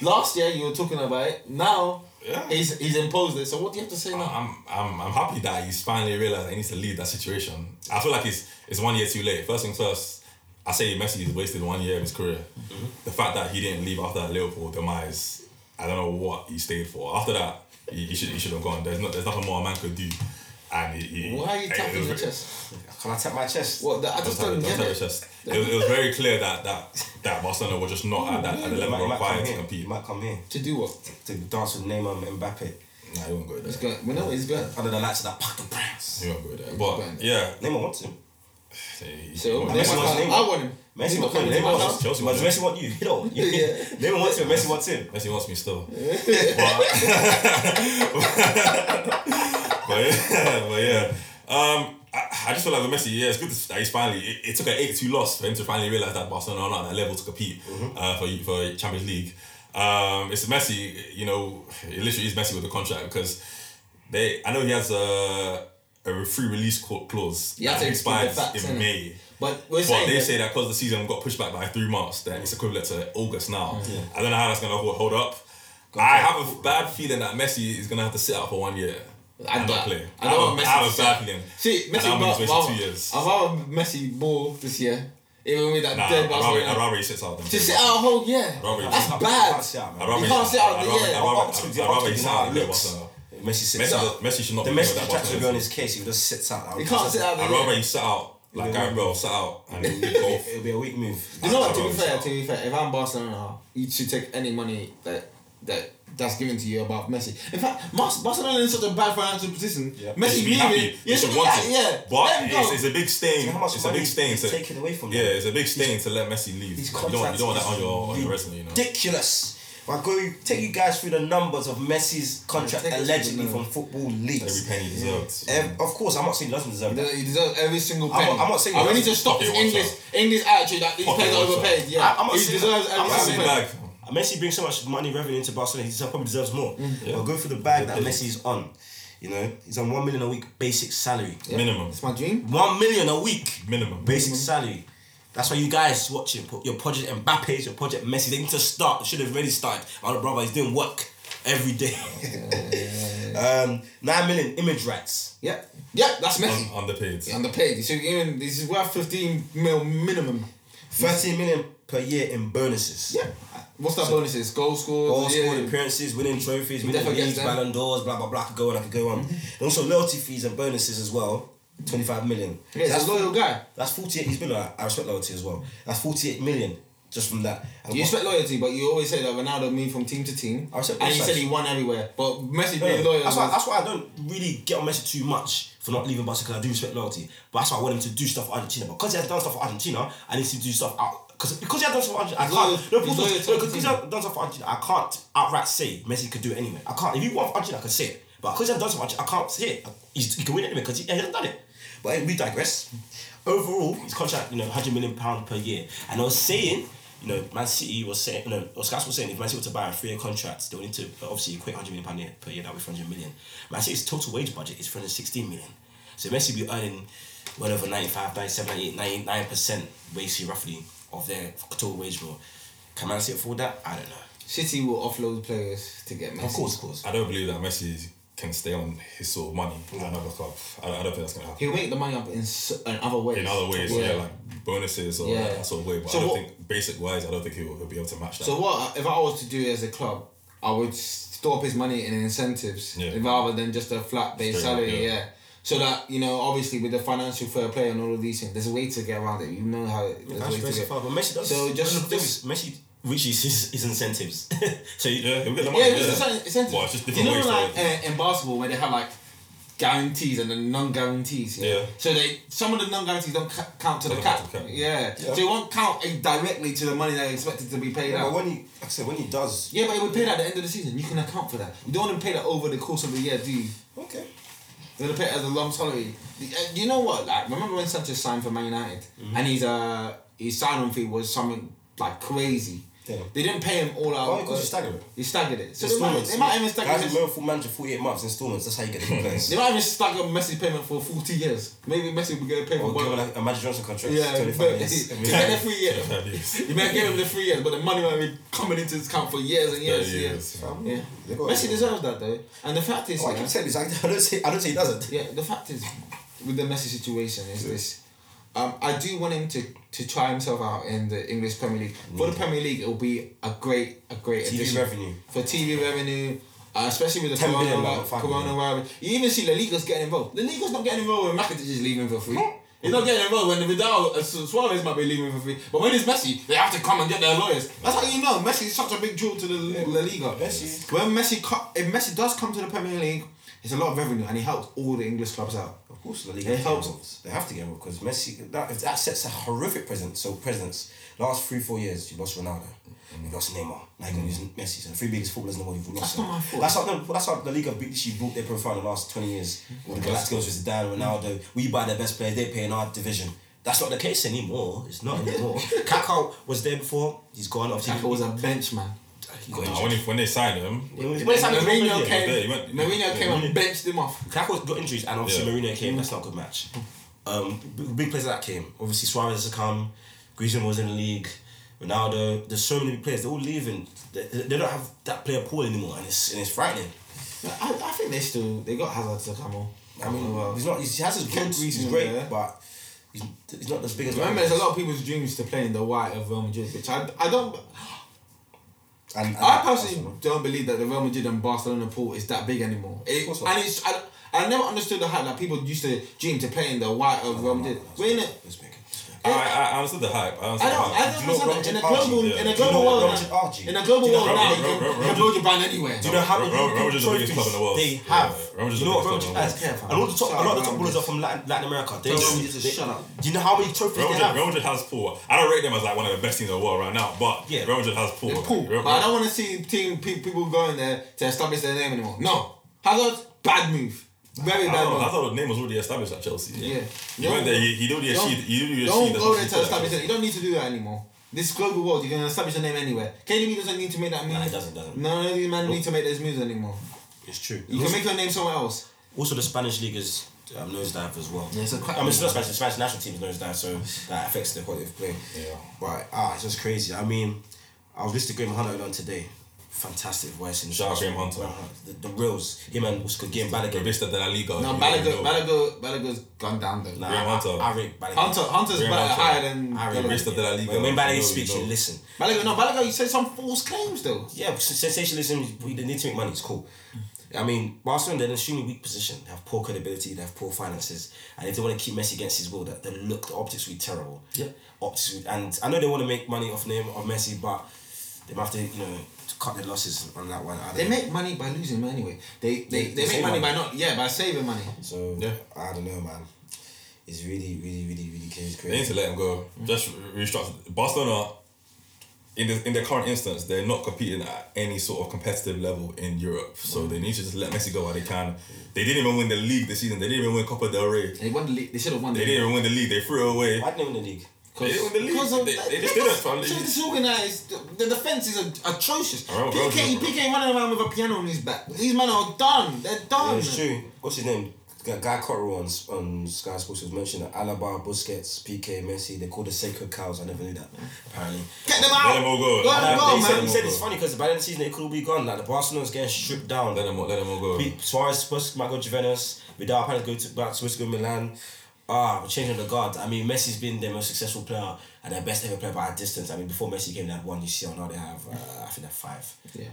Speaker 1: Last year you were talking about it. Now
Speaker 3: Yeah. Ah,
Speaker 1: he's he's imposed it. So what do you have to say now?
Speaker 3: I'm, I'm, I'm happy that he's finally realized that he needs to leave that situation. I feel like it's, it's one year too late. First things first, I say Messi has wasted one year of his career.
Speaker 1: Mm-hmm.
Speaker 3: The fact that he didn't leave after that Liverpool demise, I don't know what he stayed for. After that, he, he should he should have gone. There's not there's nothing more a man could do. And he, he-
Speaker 1: Why are you
Speaker 3: it
Speaker 1: tapping
Speaker 3: was
Speaker 1: your
Speaker 3: ve-
Speaker 1: chest?
Speaker 2: Can I tap my chest?
Speaker 1: What? The, I
Speaker 3: Don't
Speaker 1: just
Speaker 3: tap
Speaker 1: don't
Speaker 3: it, don't
Speaker 1: get
Speaker 3: tap your
Speaker 1: it.
Speaker 3: chest. It was, it was very clear that that that Barcelona were just not at that at the
Speaker 2: You Mm-hmm. might,
Speaker 3: level
Speaker 2: you might come
Speaker 3: required to
Speaker 2: here. You
Speaker 3: compete.
Speaker 2: might come here
Speaker 1: To do what?
Speaker 2: to dance with Neymar and Mbappe
Speaker 3: Nah, he won't go
Speaker 1: He's
Speaker 3: there.
Speaker 1: going. We know what he's going.
Speaker 2: under the lights of that fucking press.
Speaker 3: He won't go there.
Speaker 1: going
Speaker 3: But
Speaker 1: there.
Speaker 3: yeah,
Speaker 2: Neymar wants him.
Speaker 3: he-
Speaker 1: So
Speaker 3: he-
Speaker 1: Neymar
Speaker 2: Messi wants
Speaker 1: can't-
Speaker 2: Neymar.
Speaker 1: I want him.
Speaker 2: Messi
Speaker 1: Neymar
Speaker 2: wants
Speaker 1: can't
Speaker 2: him.
Speaker 1: leave
Speaker 2: Neymar
Speaker 1: my
Speaker 2: wants
Speaker 1: house.
Speaker 2: him.
Speaker 3: Chelsea
Speaker 2: But
Speaker 3: wants
Speaker 2: does Messi want you. You know.
Speaker 1: Yeah.
Speaker 2: Neymar wants him. Messi wants him.
Speaker 3: Messi wants me still. but, but yeah, but yeah. Um, I, I just feel like with Messi, yeah, it's good that he's finally. It, it took an eight-two loss for him to finally realize that Barcelona are not at that level to compete
Speaker 1: Mm-hmm.
Speaker 3: uh, for for Champions League. Um, it's Messi, you know, it literally is Messi with the contract because they. I know he has a a free release cla- clause
Speaker 1: You have
Speaker 3: that
Speaker 1: to
Speaker 3: expires
Speaker 1: give the facts,
Speaker 3: in
Speaker 1: innit?
Speaker 3: May.
Speaker 1: But we're
Speaker 3: But
Speaker 1: saying
Speaker 3: they
Speaker 1: that-
Speaker 3: say that because the season got pushed back by three months, that it's equivalent to August now. I don't know how that's gonna hold, hold up. I have a bad feeling that Messi is gonna have to sit out for one year
Speaker 1: I
Speaker 3: and
Speaker 1: don't-
Speaker 3: not play.
Speaker 1: I
Speaker 3: have,
Speaker 1: don't
Speaker 3: a-
Speaker 1: want Messi
Speaker 3: I have
Speaker 1: to
Speaker 3: a
Speaker 1: sit
Speaker 3: bad
Speaker 1: out.
Speaker 3: feeling.
Speaker 1: See,
Speaker 3: And
Speaker 1: Messi,
Speaker 3: I'm
Speaker 1: but,
Speaker 3: wasted
Speaker 1: but,
Speaker 3: two years.
Speaker 1: I'd rather Messi ball this year, even with that
Speaker 3: Nah,
Speaker 1: dead
Speaker 3: I'd rather, I'd
Speaker 1: Barcelona.
Speaker 3: rather he sits out than
Speaker 1: To sit out a whole year.
Speaker 3: rather he
Speaker 1: That's
Speaker 3: sits out.
Speaker 1: bad.
Speaker 2: Can't sit out, man.
Speaker 3: I'd rather
Speaker 1: You can't sit out
Speaker 3: I'd
Speaker 1: the
Speaker 3: rather-
Speaker 1: year.
Speaker 3: I'd rather-
Speaker 2: Up to the-
Speaker 3: I'd
Speaker 2: up
Speaker 3: rather
Speaker 2: to
Speaker 3: he
Speaker 2: the
Speaker 3: sit out
Speaker 2: now,
Speaker 3: than play
Speaker 2: it looks-
Speaker 3: Barcelona.
Speaker 2: Messi sits
Speaker 3: Messi,
Speaker 2: out.
Speaker 3: does- Messi should not
Speaker 2: The
Speaker 3: be
Speaker 2: Messi
Speaker 3: that
Speaker 2: tracks will
Speaker 3: Barcelona.
Speaker 2: be on his case. He just sits out.
Speaker 1: You can't sit out the
Speaker 3: I'd
Speaker 1: year.
Speaker 3: rather he sit out like Gareth Bale sat out and did golf.
Speaker 2: It'll be a weak move.
Speaker 1: You know what?
Speaker 3: I'd
Speaker 1: To be
Speaker 3: rather
Speaker 1: fair,
Speaker 3: sit
Speaker 1: to be fair, if I'm Barcelona, you should take any money that that that's given to you about Messi. In fact, Mas- Barcelona is in such a bad financial position.
Speaker 2: Yeah.
Speaker 3: They
Speaker 1: Messi
Speaker 3: should be
Speaker 1: leaving,
Speaker 3: happy.
Speaker 1: you
Speaker 3: They
Speaker 1: should
Speaker 3: should
Speaker 1: be
Speaker 3: want
Speaker 1: like,
Speaker 3: it.
Speaker 1: yeah, let
Speaker 3: But
Speaker 1: him
Speaker 3: it's,
Speaker 1: go.
Speaker 3: it's a big stain.
Speaker 2: See how much
Speaker 3: It's a
Speaker 2: money
Speaker 3: big stain
Speaker 2: he's
Speaker 3: to
Speaker 2: taken away from
Speaker 3: Yeah,
Speaker 2: them.
Speaker 3: it's a big stain to let Messi leave.
Speaker 2: These
Speaker 3: You don't, you
Speaker 2: contracts
Speaker 3: don't want that on your on your
Speaker 2: is
Speaker 3: resume, you know.
Speaker 2: ridiculous. I go take you guys through the numbers of Messi's contract
Speaker 1: Take us through the
Speaker 2: allegedly
Speaker 1: numbers.
Speaker 2: from football
Speaker 3: Every
Speaker 2: leagues.
Speaker 3: penny he deserved.
Speaker 2: Ev- of course, I'm not saying he doesn't deserve that.
Speaker 1: He deserves every single
Speaker 2: I'm
Speaker 1: penny.
Speaker 2: not- I'm not saying
Speaker 1: And we
Speaker 2: he
Speaker 1: need to
Speaker 2: doesn't.
Speaker 1: stop
Speaker 3: Fucking
Speaker 1: this
Speaker 3: watch
Speaker 1: English
Speaker 3: out.
Speaker 1: English attitude that these
Speaker 3: Fucking
Speaker 1: players are
Speaker 3: watch out.
Speaker 1: overpaid. Yeah,
Speaker 2: I- I'm not
Speaker 1: he
Speaker 2: saying-
Speaker 1: deserves
Speaker 2: I'm
Speaker 1: every
Speaker 2: not
Speaker 1: single
Speaker 3: Messi
Speaker 1: penny.
Speaker 3: back.
Speaker 2: And Messi brings so much money revenue into Barcelona. He deserves- probably deserves more.
Speaker 1: Mm.
Speaker 2: But go through the bag that Messi's on. You know, he's on one million a week basic salary.
Speaker 3: Minimum.
Speaker 1: It's my dream.
Speaker 2: One million a week.
Speaker 3: Minimum.
Speaker 2: Basic
Speaker 1: Mm-hmm.
Speaker 2: salary. That's why you guys watching put your project Mbappe's, your project Messi, they need to start. They should have already started. Our brother is doing work every day. um, nine million image rights.
Speaker 1: Yeah, yeah, that's Messi.
Speaker 2: Um,
Speaker 3: Un- underpaid.
Speaker 1: He's underpaid. He should even this is worth fifteen mil minimum.
Speaker 2: Thirteen million per year in bonuses.
Speaker 1: Yeah. What's that bonuses? Goal scored.
Speaker 2: Goal
Speaker 1: yeah.
Speaker 2: scoring appearances, winning trophies, winning
Speaker 1: definitely gets
Speaker 2: leagues,
Speaker 1: them. Mm-hmm.
Speaker 2: Ballon d'Ors, blah blah blah. I could go on, I could go on. And also loyalty fees and bonuses as well. Twenty five million.
Speaker 1: Yeah, he's
Speaker 2: that's
Speaker 1: a loyal guy.
Speaker 2: That's forty eight. He's been. like, I respect loyalty as well. That's forty eight million Just from that. And
Speaker 1: You
Speaker 2: what-
Speaker 1: expect loyalty, but you always say that Ronaldo moved from team to team.
Speaker 2: I respect
Speaker 1: and he
Speaker 2: both
Speaker 1: said
Speaker 2: sides.
Speaker 1: he won everywhere. But Messi
Speaker 2: Yeah,
Speaker 1: being loyal.
Speaker 2: That's why,
Speaker 1: was-
Speaker 2: that's why I don't really get on Messi too much for not leaving Barca because I do respect loyalty. But that's why I want him to do stuff for Argentina. But because he has done stuff for Argentina, I need to do stuff out. Because because he has done stuff for Argentina, I
Speaker 1: He's
Speaker 2: can't.
Speaker 1: loyal-
Speaker 2: no,
Speaker 1: he's
Speaker 2: because,
Speaker 1: loyal to
Speaker 2: no, because he
Speaker 1: Argentina.
Speaker 2: has done stuff for Argentina, I can't outright say Messi could do it anyway. I can't. If he won for Argentina, I could say it. But because he has done stuff for Argentina, I can't say it. He's, he can win anyway because he, he hasn't done it. But hey, we digress. Overall, his contract, you know, hundred million pound per year, and I was saying. You know, Man City was saying, no, or Scouts was saying if Man City were to buy a three year contract, they would need to obviously equate 100 million pound a year- per year, that would be 400 million. Man City's total wage budget is 316 million. So Messi would be earning well over 95, 97, 98, 99% basically roughly of their total wage bill. Can Man City afford that? I don't know.
Speaker 1: City will offload players to get Messi.
Speaker 2: Of course, of course.
Speaker 3: I don't believe that Messi can stay on his sort of money at another club. I, I don't think that's gonna happen.
Speaker 1: He'll make the money up in s- in other ways.
Speaker 3: In other ways, yeah, like bonuses or
Speaker 1: Yeah.
Speaker 3: that sort of way. But
Speaker 1: So
Speaker 3: I don't
Speaker 1: what-
Speaker 3: think basic wise, I don't think he'll, he'll be able to match that.
Speaker 1: So what if I was to do as a club, I would store up his money in incentives
Speaker 3: Yeah.
Speaker 1: rather than just a flat base
Speaker 3: Straight up,
Speaker 1: salary.
Speaker 3: yeah.
Speaker 1: yeah. So that you know, obviously, with the financial fair play and all of these things, there's a way to get around it. You know how it- there's a way
Speaker 2: That's
Speaker 1: to
Speaker 2: very
Speaker 1: get.
Speaker 2: far, but Messi does.
Speaker 1: So just-
Speaker 2: no, the thing is, Messi reaches his, his incentives. so you-
Speaker 3: yeah, he'll get the money.
Speaker 1: Yeah, it's just an incentive.
Speaker 3: Well, it's just
Speaker 1: you
Speaker 3: different
Speaker 1: know,
Speaker 3: ways.
Speaker 1: like
Speaker 3: to,
Speaker 1: uh, in basketball where they have like guarantees and then non-guarantees.
Speaker 3: Yeah.
Speaker 1: So they some of the non-guarantees don't ca- count to the
Speaker 3: Don't
Speaker 1: cap.
Speaker 3: count to the cap.
Speaker 1: Yeah. So they won't count uh, directly to the money they're expected to be paid
Speaker 2: Yeah,
Speaker 1: out.
Speaker 2: but when he, like I said, when he does,
Speaker 1: Yeah, but it would pay that at the end of the season. You can account for that. You don't want to pay that over the course of the year, do you?
Speaker 2: okay.
Speaker 1: You're going to pay it as a lump salary. The- uh, You know what? Like, remember when Sanchez signed for Man United?
Speaker 3: Mm-hmm.
Speaker 1: And his, uh, his signing fee was something, like, crazy.
Speaker 2: Yeah.
Speaker 1: They didn't pay him all out.
Speaker 2: Oh, because
Speaker 1: uh,
Speaker 2: you stagger it.
Speaker 1: He staggered it. So they might,
Speaker 2: Installments.
Speaker 1: they might even stagger
Speaker 2: Guys
Speaker 1: his,
Speaker 2: who loan full manager forty eight months installments. That's how you get the players.
Speaker 1: They might even stagger Messi's payment for 40 years. Maybe Messi will get a
Speaker 2: Or
Speaker 1: payment.
Speaker 2: give him
Speaker 1: one-
Speaker 2: like a Magic Johnson contract.
Speaker 1: yeah,
Speaker 2: twenty
Speaker 1: but-
Speaker 2: five years.
Speaker 1: give him the three years.
Speaker 3: yeah, yeah.
Speaker 1: You might give him the three years, but the money might be coming into his account for years and years.
Speaker 3: Yeah,
Speaker 1: Yeah,
Speaker 3: years.
Speaker 1: yeah.
Speaker 2: They got
Speaker 1: Messi
Speaker 2: it.
Speaker 1: deserves that though. And the fact is,
Speaker 2: Oh, I
Speaker 1: yeah,
Speaker 2: keep saying this. I I don't say. I don't say he doesn't.
Speaker 1: Yeah, the fact is, with the Messi situation, is this. Um, I do want him to, to try himself out in the English Premier League. For the Premier League, it'll be a great a great
Speaker 2: TV
Speaker 1: addition
Speaker 2: Mm. revenue.
Speaker 1: for TV revenue, uh, especially with the
Speaker 2: 10 billion,
Speaker 1: corona
Speaker 2: like, five
Speaker 1: corona virus. You even see La Liga's getting involved. La Liga's not getting involved when Matic is leaving for free. He's not getting involved when Vidal uh, Su- Suarez might be leaving for free. But when it's Messi, they have to come and get their lawyers. That's how you know Messi is such a big draw to the La Liga.
Speaker 2: Messi.
Speaker 1: When Messi co- if Messi does come to the Premier League, it's a lot of revenue and he helps all the English clubs out.
Speaker 2: Of course, La Liga
Speaker 1: It
Speaker 2: has to
Speaker 1: helps.
Speaker 2: get involved. They have to get involved because Messi. That if that sets a horrific presence. So presence. Last three four years, you lost Ronaldo. You lost Neymar. Now you're gonna lose Messi. So the three biggest footballers in the world, you've lost.
Speaker 1: That's not
Speaker 2: them.
Speaker 1: my fault.
Speaker 2: That's how no, that's how the Liga basically built their profile in the last twenty years. All the Galacticos with Zidane, Ronaldo. We buy their best players. They play in our division. That's not the case anymore. It's not anymore. Kaká was there before. He's gone. Obviously,
Speaker 1: It was a bench man.
Speaker 2: he got
Speaker 3: Nah,
Speaker 2: injured.
Speaker 3: when, he, when they signed him,
Speaker 2: It was-
Speaker 1: When it's like
Speaker 2: it was
Speaker 1: Mourinho
Speaker 2: Mourinho.
Speaker 1: came,
Speaker 3: Yeah, he went-
Speaker 1: Mourinho
Speaker 3: yeah,
Speaker 1: came and benched him off.
Speaker 2: Kaká got injuries, and obviously
Speaker 3: Yeah.
Speaker 2: Mourinho came. That's not a good match. Um, b- big players that came. Obviously Suarez has come. Griezmann was in the league. Ronaldo. There's so many players. They're all leaving. They, they don't have that player pool anymore, and it's and it's frightening.
Speaker 1: I, I think they still they got Hazard to come on.
Speaker 2: I mean,
Speaker 1: Oh, well,
Speaker 2: he's not. He's, he has his good. He's
Speaker 1: Griezmann,
Speaker 2: great,
Speaker 1: yeah.
Speaker 2: but he's, he's not as big as.
Speaker 1: remember,
Speaker 2: Ronaldo.
Speaker 1: there's a lot of people's dreams to play in the white of Real Madrid, which I, I don't.
Speaker 2: And, and
Speaker 1: I personally don't believe that the Real Madrid and Barcelona pool is that big anymore. It,
Speaker 2: course not.
Speaker 1: and it's I, I never understood the hype that people used to dream to play in the white
Speaker 2: Oh,
Speaker 1: of Real Madrid. We're in it.
Speaker 2: It's big. It's big.
Speaker 3: I, I, I understood the hype. I
Speaker 1: I
Speaker 3: understood
Speaker 1: don't,
Speaker 3: the hype.
Speaker 1: I
Speaker 2: Do you know
Speaker 1: don't understand that. In a
Speaker 2: Robert
Speaker 1: global, in a global world
Speaker 2: know
Speaker 3: Archie? Do you
Speaker 2: Robert
Speaker 1: now,
Speaker 2: Archie?
Speaker 1: in a
Speaker 2: Do
Speaker 1: global
Speaker 2: you know
Speaker 1: world now, you can,
Speaker 3: Robert- Robert-
Speaker 1: you can build your brand anywhere.
Speaker 2: Do you know how many
Speaker 3: Real- Real- Real
Speaker 2: European
Speaker 3: Madrid's the biggest club in the world.
Speaker 2: trophies they
Speaker 3: Yeah,
Speaker 2: have?
Speaker 3: Real Madrid's
Speaker 2: you
Speaker 3: the
Speaker 2: know what Real
Speaker 3: biggest
Speaker 2: Madrid
Speaker 3: club in
Speaker 2: has?
Speaker 1: world.
Speaker 3: the
Speaker 2: A lot of the top, a lot of the
Speaker 1: Shut
Speaker 2: top
Speaker 1: up,
Speaker 2: ballers are from Latin, Latin America. They
Speaker 1: Real
Speaker 2: just-
Speaker 1: Madrid, just
Speaker 2: they-
Speaker 1: shut up.
Speaker 2: Do you know how many trophies they
Speaker 3: Real Madrid,
Speaker 2: have?
Speaker 3: Real Madrid has pool. I don't rate them as like one of the best teams in the world right now, but
Speaker 2: Yeah.
Speaker 3: Real Madrid has pool.
Speaker 1: They're cool,
Speaker 3: Like, Real-
Speaker 1: but I don't want to see team pe- people going there to establish their name anymore. No, Hazard, bad move, very
Speaker 3: I
Speaker 1: bad
Speaker 3: thought, I
Speaker 1: move.
Speaker 3: thought the name was already established at Chelsea.
Speaker 1: Yeah.
Speaker 3: He
Speaker 1: Don't-
Speaker 3: went there, he, he already
Speaker 1: Don't,
Speaker 3: achieved. He already
Speaker 1: don't
Speaker 3: achieved the
Speaker 1: go there
Speaker 3: things
Speaker 1: to
Speaker 3: he could at
Speaker 1: establish it. You don't need to do that anymore. This global world, you can establish your name anywhere. KDB doesn't need to make that move.
Speaker 2: Nah, he doesn't, doesn't.
Speaker 1: No, no, these man need to make those moves anymore.
Speaker 2: It's true.
Speaker 1: You can make your name somewhere else.
Speaker 2: also, the Spanish league is um, nosedive as well.
Speaker 1: Yeah, it's a quite-
Speaker 2: I mean, it's not Spanish. The Spanish national team is nosedive, so that affects the quality of play.
Speaker 3: Yeah.
Speaker 2: But ah, it's just crazy. I mean, I was listening to Graham Hunter on today. Fantastic voice in
Speaker 3: Shout out Graham Hunter.
Speaker 2: The, the reals, him and what's good game Balogun.
Speaker 3: Revista de la Liga.
Speaker 1: No,
Speaker 3: you
Speaker 1: Balogun,
Speaker 3: don't know.
Speaker 1: Balogun, Balogun's gone down though.
Speaker 2: Nah,
Speaker 3: Graham Hunter.
Speaker 2: I, I rate Balogun.
Speaker 1: Hunter, Hunter's
Speaker 3: Graham
Speaker 1: better,
Speaker 3: Hunter.
Speaker 1: higher than
Speaker 2: I rate
Speaker 1: Balogun.
Speaker 3: Revista de la Liga.
Speaker 2: When, when Balogun
Speaker 3: You know,
Speaker 2: speaks,
Speaker 3: you
Speaker 2: you
Speaker 3: know.
Speaker 2: listen.
Speaker 1: Balogun, no, Balogun, you said some false claims though.
Speaker 2: Yeah, sensationalism. We they need to make money. It's cool. I mean, Barcelona, they're in an extremely weak position. They have poor credibility, they have poor finances. And if they want to keep Messi against his will, that the look, the optics will be terrible.
Speaker 1: Yeah.
Speaker 2: Optics will- and I know they want to make money off name of Messi, but they might have to, you know, to cut their losses on that one. I don't
Speaker 1: They
Speaker 2: know.
Speaker 1: make money by losing money anyway. They they,
Speaker 2: They-
Speaker 1: they,
Speaker 2: they
Speaker 1: make
Speaker 2: save
Speaker 1: money by
Speaker 2: money.
Speaker 1: not yeah by saving money.
Speaker 2: So
Speaker 3: Yeah.
Speaker 2: I don't know, man. It's really, really, really, really crazy.
Speaker 3: They need
Speaker 2: crazy.
Speaker 3: to let him go. Just re- restructure. Barcelona, in the in their current instance, they're not competing at any sort of competitive level in Europe. So they need to just let Messi go while they can. They didn't even win the league this season. They didn't even win Copa del Rey.
Speaker 1: They won the league. They should have won.
Speaker 3: They
Speaker 1: the
Speaker 3: didn't even win the league. They threw it away.
Speaker 2: Why didn't they win the league?
Speaker 3: They didn't win the league.
Speaker 1: Because of
Speaker 3: They-
Speaker 1: that-
Speaker 3: they just did
Speaker 1: that's-
Speaker 3: it, fam.
Speaker 1: So disorganized. The, the defense is a- atrocious.
Speaker 3: I remember
Speaker 1: PK,
Speaker 3: Belgium, bro.
Speaker 1: PK ain't running around with a piano on his back. These men are done. They're done.
Speaker 2: it's true. What's his name? Guy Guy Cotterill on, S- on Sky Sports was mentioned that Alaba, Busquets, PK, Messi, they're called the sacred cows. I never knew that, apparently.
Speaker 1: Get them
Speaker 3: Let
Speaker 1: out.
Speaker 3: them all go.
Speaker 1: Let them
Speaker 2: And
Speaker 1: go,
Speaker 2: they said,
Speaker 1: man.
Speaker 2: he said it's funny because by the end of the season they could all be gone. Like the Barcelona's getting stripped down.
Speaker 3: Let them all, let them all go.
Speaker 2: Pe- Suarez supposed to might go to Juventus. Vidal apparently go to back supposed to go to Milan. Ah, we're changing the guard. I mean, Messi's been their most successful player and their best ever player by a distance. I mean, before Messi came, they had one UCL. Now they have, uh, I think, they have five.
Speaker 1: Yeah.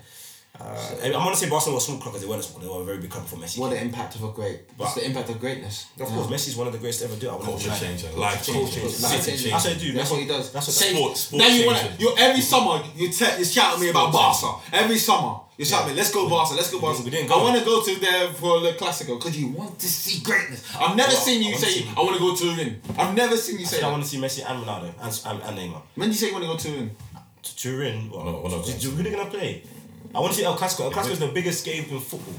Speaker 2: Uh, I'm gonna say Barcelona were a small club because they weren't a small. They were a very big club before Messi.
Speaker 1: What
Speaker 2: came.
Speaker 1: the impact of a great. What's
Speaker 2: But-
Speaker 1: the impact of greatness?
Speaker 2: Of course, Messi's one of the greatest to ever do. it. I wouldn't
Speaker 3: Culture
Speaker 2: lie.
Speaker 3: changer, life
Speaker 2: Culture
Speaker 3: changer,
Speaker 2: changer,
Speaker 3: life
Speaker 2: life
Speaker 3: changer.
Speaker 2: changer. That's what they do.
Speaker 1: That's what he does.
Speaker 2: That's what
Speaker 1: Same-
Speaker 3: Sport- sport
Speaker 1: now you want
Speaker 3: changer.
Speaker 1: you every summer you te- you shout at me about Barca. Every summer you shout at me, let's go Barca, let's go Barca.
Speaker 2: we didn't
Speaker 1: I
Speaker 2: go.
Speaker 1: want to go to there for the Clasico because you want to see greatness. I've never
Speaker 2: Well,
Speaker 1: seen
Speaker 2: I
Speaker 1: you
Speaker 2: wanna
Speaker 1: say
Speaker 2: see-
Speaker 1: I want to go to the ring. I've never seen you say.
Speaker 2: Said I
Speaker 1: That.
Speaker 2: want to see Messi and Ronaldo and and, and Neymar.
Speaker 1: When did you say you want to go to the ring?
Speaker 2: To Turin, well,
Speaker 3: No, one of
Speaker 2: do-
Speaker 3: them.
Speaker 2: do- who are they gonna play? I want to see El Clasico. El Clasico is the biggest game in football.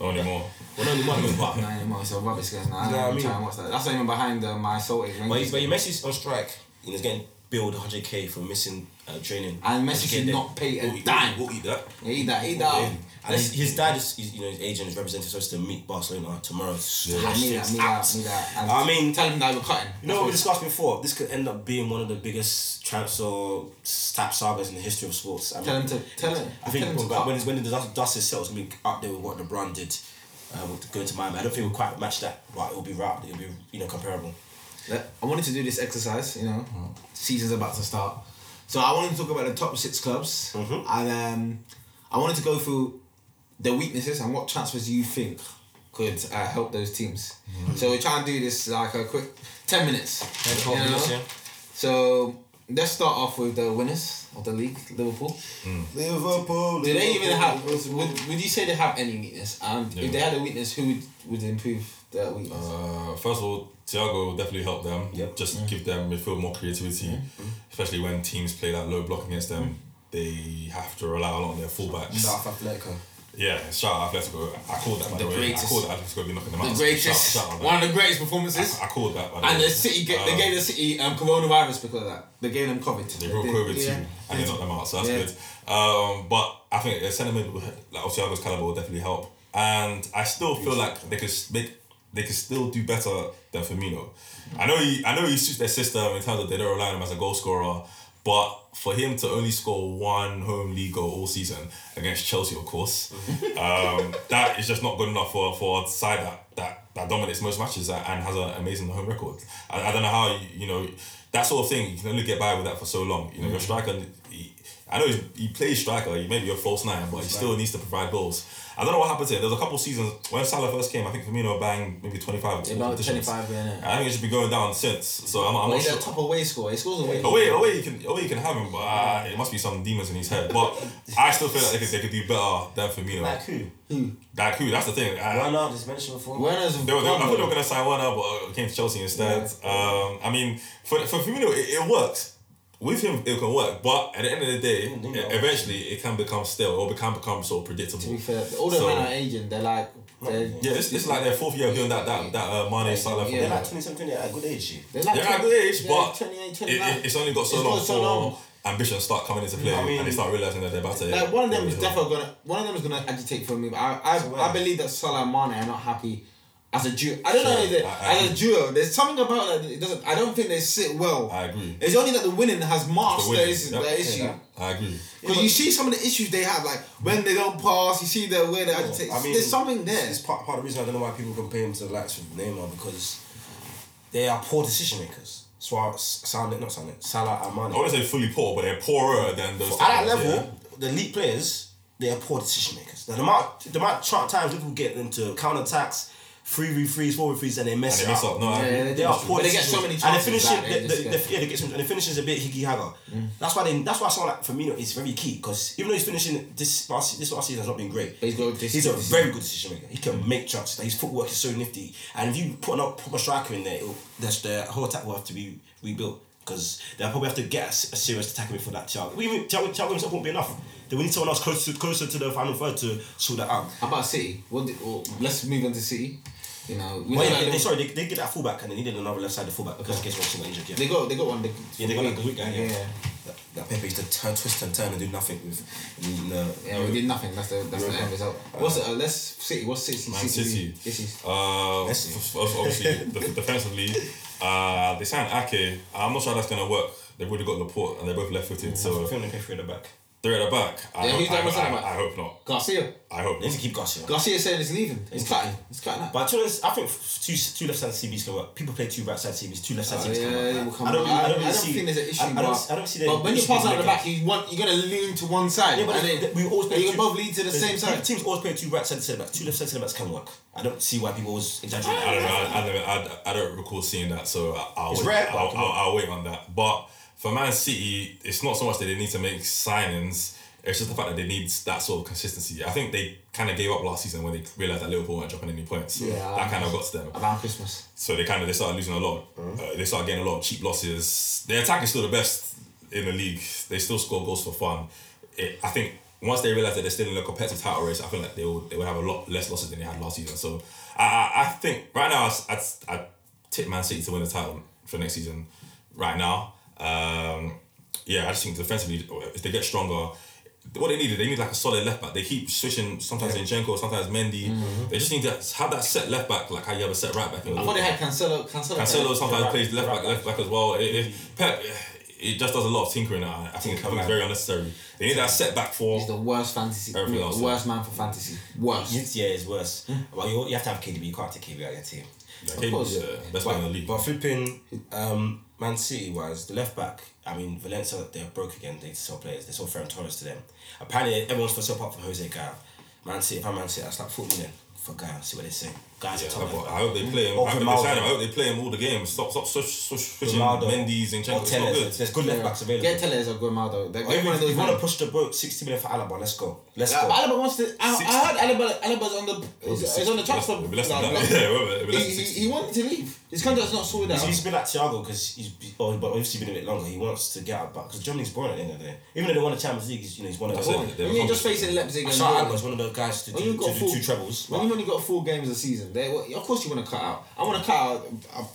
Speaker 3: Not anymore.
Speaker 2: Well, not only one, but
Speaker 1: Nah, anymore. It's a rubbish guys. Nah, I
Speaker 2: Nah,
Speaker 1: don't
Speaker 2: I
Speaker 1: even
Speaker 2: mean-
Speaker 1: try and watch that. That's not even behind uh, my soul. is
Speaker 2: But, he's,
Speaker 1: Rangers.
Speaker 2: but Messi's on strike. And he's getting billed 100k for missing uh, training.
Speaker 1: And Messi
Speaker 2: 100K
Speaker 1: should
Speaker 2: then.
Speaker 1: not pay a
Speaker 3: We'll eat-
Speaker 1: dime. Um,
Speaker 3: We'll eat that.
Speaker 1: Yeah, Eat that, eat
Speaker 2: Yeah.
Speaker 1: that.
Speaker 2: And his, his dad is, is, you know, his agent is representing supposed to meet Barcelona tomorrow.
Speaker 1: I need that, me that, me that. And
Speaker 2: I mean-
Speaker 1: tell him that we're cutting.
Speaker 2: You know what we discussed before? This could end up being one of the biggest transfer stab sagas in the history of sports. I
Speaker 1: Tell him to- tell him-
Speaker 2: I think
Speaker 1: tell him to
Speaker 2: when-
Speaker 1: cut.
Speaker 2: when it's- when the dust, dust is settled, it's gonna be up there with what LeBron did. Uh, with going to Miami, I don't think we'll quite match that, but it'll be right. It'll be you know comparable.
Speaker 1: Look, I wanted to do this exercise, you know. Season's about to start. So I wanted to talk about the top six clubs. And um, I wanted to go through their weaknesses and what transfers you think could uh, help those teams. So we're trying to do this like a quick 10 minutes. you know?
Speaker 2: minutes, yeah.
Speaker 1: So let's start off with the winners of the league, Liverpool.
Speaker 2: Liverpool.
Speaker 1: Do they even have, would, would you say they have any weakness? And
Speaker 3: Yeah.
Speaker 1: if they had a weakness, who would, would improve their weakness?
Speaker 3: Uh, first of all, Thiago will definitely help them.
Speaker 2: Yep.
Speaker 3: Just
Speaker 1: Mm.
Speaker 3: give them midfield more creativity, especially when teams play that low block against them. They have to rely a lot on their fullbacks.
Speaker 2: South Atletico.
Speaker 3: Yeah, shout out Atletico. I called that by the,
Speaker 1: The
Speaker 3: way.
Speaker 1: greatest.
Speaker 3: I called Atletico knocking them out.
Speaker 1: the
Speaker 3: Shout-
Speaker 1: greatest,
Speaker 3: shout
Speaker 1: one
Speaker 3: out that.
Speaker 1: of the greatest performances.
Speaker 3: I, I called that by the
Speaker 1: And
Speaker 3: way.
Speaker 1: the city, ga- they
Speaker 3: Uh,
Speaker 1: gave the city um, coronavirus because of that. They gave them COVID.
Speaker 3: They brought COVID to you and they knocked them out, so that's good. Um, but I think a sentiment with, like of Thiago's caliber will definitely help, and I still feel like they could s- make they could still do better than Firmino. I know he I know he suits their system in terms of they don't rely on him as a goal scorer, but for him to only score one home league goal all season against Chelsea, of course, um, that is just not good enough for for a side that that, that dominates most matches and and has an amazing home record. I, I don't know how you, you know that sort of thing. You can only get by with that for so long. You know, your striker. He, I know he's, he plays striker. He may be a false nine, but he still needs to provide goals. I don't know what happened to him. There was a couple seasons when Salah first came. I think Firmino banged maybe twenty five.
Speaker 1: About 25, yeah, innit?
Speaker 3: I think it should be going down since. So I'm, I'm
Speaker 1: But
Speaker 3: not
Speaker 1: he's a
Speaker 3: sure.
Speaker 1: top away scorer. He scores away.
Speaker 3: Away, away, you can, away, you can have him, but uh, it must be some demons in his head. But I still feel like they could, they could do better than Firmino.
Speaker 2: Like who?
Speaker 3: That cool. That's the thing. I,
Speaker 2: Ronaldo just mentioned before.
Speaker 1: Werner's
Speaker 3: they were, they were- I thought they were
Speaker 1: phenomenal.
Speaker 3: going to sign one up, but it came to Chelsea instead. Um, I mean, for, for Firmino, it, it works. With him, it can work, but at the end of the day,
Speaker 2: think that
Speaker 3: e- eventually it can become stale or it can become sort of predictable.
Speaker 1: To be fair, all the
Speaker 3: So-
Speaker 1: men are aging. They're like, they're,
Speaker 3: Yeah, it's, it's like their fourth year doing that that that uh, Mane Salah.
Speaker 1: Yeah.
Speaker 2: They're
Speaker 3: thing.
Speaker 2: like 27, 28, at a good age.
Speaker 1: they're like
Speaker 3: They're at
Speaker 1: 20
Speaker 3: good age,
Speaker 1: yeah,
Speaker 3: but
Speaker 1: 28,
Speaker 3: it,
Speaker 1: 29.
Speaker 3: it, it's only got so
Speaker 1: It's
Speaker 3: long
Speaker 1: got
Speaker 3: for
Speaker 1: so long.
Speaker 3: ambitions start coming into play
Speaker 2: I mean-
Speaker 3: and they start realizing that they're about to.
Speaker 1: Like one of them is
Speaker 3: Yeah.
Speaker 1: definitely gonna one of them is gonna agitate for me. But I I,
Speaker 2: where?
Speaker 1: I believe that Salah and Mane are not happy as a duo. I don't know if they
Speaker 3: I- I
Speaker 1: as a duo. There's something about that. that It doesn't. I don't think they sit well.
Speaker 3: I agree.
Speaker 1: It's only that the winning has masked
Speaker 3: The
Speaker 1: their
Speaker 3: winning,
Speaker 1: issue.
Speaker 3: yeah.
Speaker 1: Their issue.
Speaker 2: Yeah.
Speaker 3: I agree.
Speaker 1: Because you see some of the issues they have, like when they don't pass, you see the way they agitate. There's something there.
Speaker 2: Oh, It's part, part of the reason I don't know why people compare him to the likes of Neymar because they are poor decision makers. Suarez, Salah, not Salah, Salah and
Speaker 3: I
Speaker 2: Mane.
Speaker 3: wouldn't say fully poor, but they're poorer than those.
Speaker 2: At that
Speaker 3: types,
Speaker 2: level,
Speaker 3: yeah.
Speaker 2: the elite players they are poor decision makers. Now, the amount, the amount of chance times Liverpool get into counter attacks, three v threes, four v threes, and they mess,
Speaker 3: And
Speaker 2: it
Speaker 3: they mess
Speaker 2: up.
Speaker 3: up. No, I-
Speaker 1: Yeah,
Speaker 2: They,
Speaker 1: They
Speaker 2: are
Speaker 1: do.
Speaker 2: poor.
Speaker 1: But they get
Speaker 2: decision
Speaker 1: so many
Speaker 2: makers. and the
Speaker 1: chances
Speaker 2: finishing,
Speaker 1: back, they
Speaker 2: the,
Speaker 1: just
Speaker 2: the,
Speaker 1: get- Mm.
Speaker 2: the, yeah, they get some, and the finishing is a bit higgy hagger. That's why they, that's why someone like Firmino is very key because even though he's finishing this past this last season has not been great,
Speaker 1: But he's got this-
Speaker 2: he's a very good decision maker. He can make chances. Like, his footwork is so nifty, and if you put a proper striker in there, it'll, that's the whole attack will have to be rebuilt because they'll probably have to get a, s- a serious attacker for that. Thiago, we even Thiago, Thiago himself won't be enough. Then we need someone else closer to, closer to the final third to sort that out.
Speaker 1: How about City? What? Did, well, let's move on to City. You know, we know
Speaker 2: Well, yeah,
Speaker 1: that
Speaker 2: they,
Speaker 1: they,
Speaker 2: sorry, they, they get that fullback and they needed another left side fullback because in case Robson got injured. Yeah,
Speaker 1: they got they got one. They,
Speaker 2: yeah they got like a weak guy. Yeah.
Speaker 1: yeah.
Speaker 2: That, that Pepe used to turn, twist and turn and do nothing with. In, uh,
Speaker 1: Yeah, we did nothing. That's the that's the end result. What's it? Uh, let's City. What's City?
Speaker 3: Man City.
Speaker 1: This is
Speaker 3: Uh,
Speaker 2: Messi.
Speaker 3: f- f- obviously, def- defensively, uh, they signed Ake. Uh, I'm not sure that's gonna work. They've already got Laporte, and they're both left-footed,
Speaker 2: So, I
Speaker 3: so
Speaker 2: feel like they through the back.
Speaker 3: they're at the back. I,
Speaker 1: Yeah,
Speaker 3: hope,
Speaker 1: who's
Speaker 3: I,
Speaker 1: that
Speaker 3: I,
Speaker 1: centre-back?
Speaker 3: I hope not.
Speaker 1: Garcia.
Speaker 3: I hope
Speaker 2: They need to
Speaker 3: not.
Speaker 2: keep Garcia.
Speaker 1: Garcia said he's leaving. He's cutting. He's cutting out.
Speaker 2: But to be honest, I think f- two two left side CBs can work. People play two right side CBs, two left side
Speaker 1: Oh,
Speaker 2: CBs
Speaker 1: yeah,
Speaker 2: can
Speaker 1: will
Speaker 2: work.
Speaker 1: come
Speaker 2: I don't,
Speaker 1: back.
Speaker 2: really-
Speaker 1: I don't,
Speaker 2: really see.
Speaker 1: think there's an issue.
Speaker 2: I, I
Speaker 1: but,
Speaker 2: don't, I don't see. the
Speaker 1: but when you
Speaker 2: issue
Speaker 1: pass
Speaker 2: with
Speaker 1: out the
Speaker 2: that.
Speaker 1: back, you want you're gonna lean to one side.
Speaker 2: Yeah, but
Speaker 1: and
Speaker 2: th-
Speaker 1: then
Speaker 2: we always play
Speaker 1: you
Speaker 2: two-
Speaker 1: can both lead to the
Speaker 2: there's-
Speaker 1: same side.
Speaker 2: Teams always play two right side centre backs, two left side centre backs can work. I don't see why people always exaggerate.
Speaker 3: I don't know. I, I, never, I, I don't recall seeing that, so I- I'll,
Speaker 2: It's
Speaker 3: wait,
Speaker 2: rare, but
Speaker 3: I'll,
Speaker 2: come on.
Speaker 3: I'll, I'll wait on that. But for Man City, it's not so much that they need to make signings. It's just the fact that they need that sort of consistency. I think they kind of gave up last season when they realized that Liverpool weren't dropping any points.
Speaker 1: Yeah,
Speaker 3: that kind of got to them.
Speaker 1: Around Christmas.
Speaker 3: So they kind of they started losing a lot. Uh, they started getting a lot of cheap losses. Their attack is still the best in the league. They still score goals for fun. It, I think once they realize that they're still in a competitive title race, I feel like they will they will have a lot less losses than they had last season. So I I, I think right now I I tip Man City to win the title for next season. Right now, um, yeah, I just think defensively if they get stronger. What they needed, they need like a solid left back. They keep switching sometimes Zinchenko, sometimes Mendy. They just need to have that set left back, like how you have a set right back. in the
Speaker 1: I thought they had Cancelo. Cancelo.
Speaker 3: Cancelo sometimes
Speaker 2: right-
Speaker 3: plays left back, left back as well. It, it, Pep, it just does a lot of tinkering. and I I think, I think it's very unnecessary. They need that setback for.
Speaker 1: He's the worst fantasy.
Speaker 3: Everything else, yeah.
Speaker 1: Worst man for fantasy. Worst.
Speaker 2: This year is worse. Well, you, you have to have KDB. You can't take KDB out of your team.
Speaker 3: Yeah, Kane
Speaker 1: course.
Speaker 3: is, uh, best player in the league.
Speaker 2: But flipping um, Man City wise, the left back, I mean, Valencia, they're broke again. They sell players. They sold Ferran Torres to them. Apparently, everyone's for sale apart from Jose Guy. Man City, if I'm Man City, I slap 40 million for Guy. See what they say. Guy's
Speaker 3: Yeah, uh,
Speaker 2: a
Speaker 3: I
Speaker 2: top left
Speaker 3: hope-
Speaker 2: back.
Speaker 3: I hope they play him.
Speaker 2: Or
Speaker 3: I hope they
Speaker 2: Grimaldo.
Speaker 3: sign him. I hope they play him all the games. Stop, stop, switch, switch, switching
Speaker 2: Grimaldo
Speaker 3: Mendy's and
Speaker 2: or
Speaker 3: It's not
Speaker 2: Tellez.
Speaker 3: good.
Speaker 2: There's good left backs available.
Speaker 1: Get Tellez or Grimaldo. They're
Speaker 2: If
Speaker 1: one of those.
Speaker 2: you want to
Speaker 1: men.
Speaker 2: push the boat, 60 million for Alaba, let's go. Let's
Speaker 1: Uh,
Speaker 2: go.
Speaker 1: but Alaba wants to. I, I heard Alaba, Alaba's on the. Is, is on the
Speaker 3: Less-
Speaker 1: transfer.
Speaker 3: it'll be less than
Speaker 1: like,
Speaker 3: that.
Speaker 1: like-
Speaker 3: Yeah, whatever, it'll
Speaker 1: he,
Speaker 3: be less than
Speaker 1: he,
Speaker 3: 60.
Speaker 1: he wanted to leave. His contract's not sorted out.
Speaker 2: So he's been like Thiago because he's, be- oh, but obviously been a bit longer. He wants to get out back because Germany's boring at the end of the day. Even though they won the Champions League, he's, you know, he's one of
Speaker 3: That's
Speaker 2: the.
Speaker 3: it. They're
Speaker 1: When you're just
Speaker 3: accomplished.
Speaker 1: facing Leipzig and
Speaker 2: Shah
Speaker 1: Dortmund-
Speaker 2: was one of those guys to do,
Speaker 1: When you've
Speaker 2: to
Speaker 1: got
Speaker 2: do
Speaker 1: four,
Speaker 2: two trebles.
Speaker 1: When
Speaker 2: but-
Speaker 1: you've only got four games a season, they, of course you want to cut out. I want to cut out. I,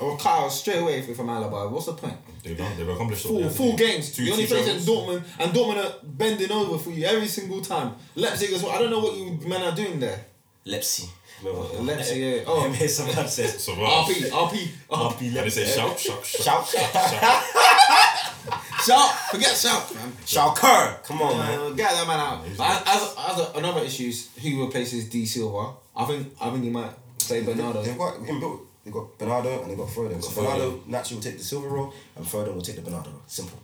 Speaker 1: I want to cut out straight away if, if I'm Alaba. What's the point?
Speaker 3: They've done. They've accomplished. what
Speaker 1: Four,
Speaker 3: they had to
Speaker 1: four
Speaker 3: do.
Speaker 1: games.
Speaker 3: Two-
Speaker 1: you only
Speaker 3: two
Speaker 1: facing
Speaker 3: trebles.
Speaker 1: Dortmund, and Dortmund are bending over for you every single time. Leipzig as well. I don't know what you men are doing there.
Speaker 2: Lepsy. Remember?
Speaker 1: Lepsy, yeah. Oh.
Speaker 2: Emir Samad says.
Speaker 3: So well,
Speaker 1: RP, RP, oh,
Speaker 2: I'll be
Speaker 3: and they say
Speaker 2: Lepsy.
Speaker 3: shout, shout, shout,
Speaker 2: Shout.
Speaker 1: shout, forget shout, man.
Speaker 2: Shout Kerr. Come on, man.
Speaker 1: Uh, get that man out. But as, as a, another issue is who replaces D Silva. I think I think he might play Bernardo.
Speaker 2: They've got inbuilt. They've got Bernardo and they've got Foden. So Bernardo naturally will take the silver role and Foden will take the Bernardo role. Simple.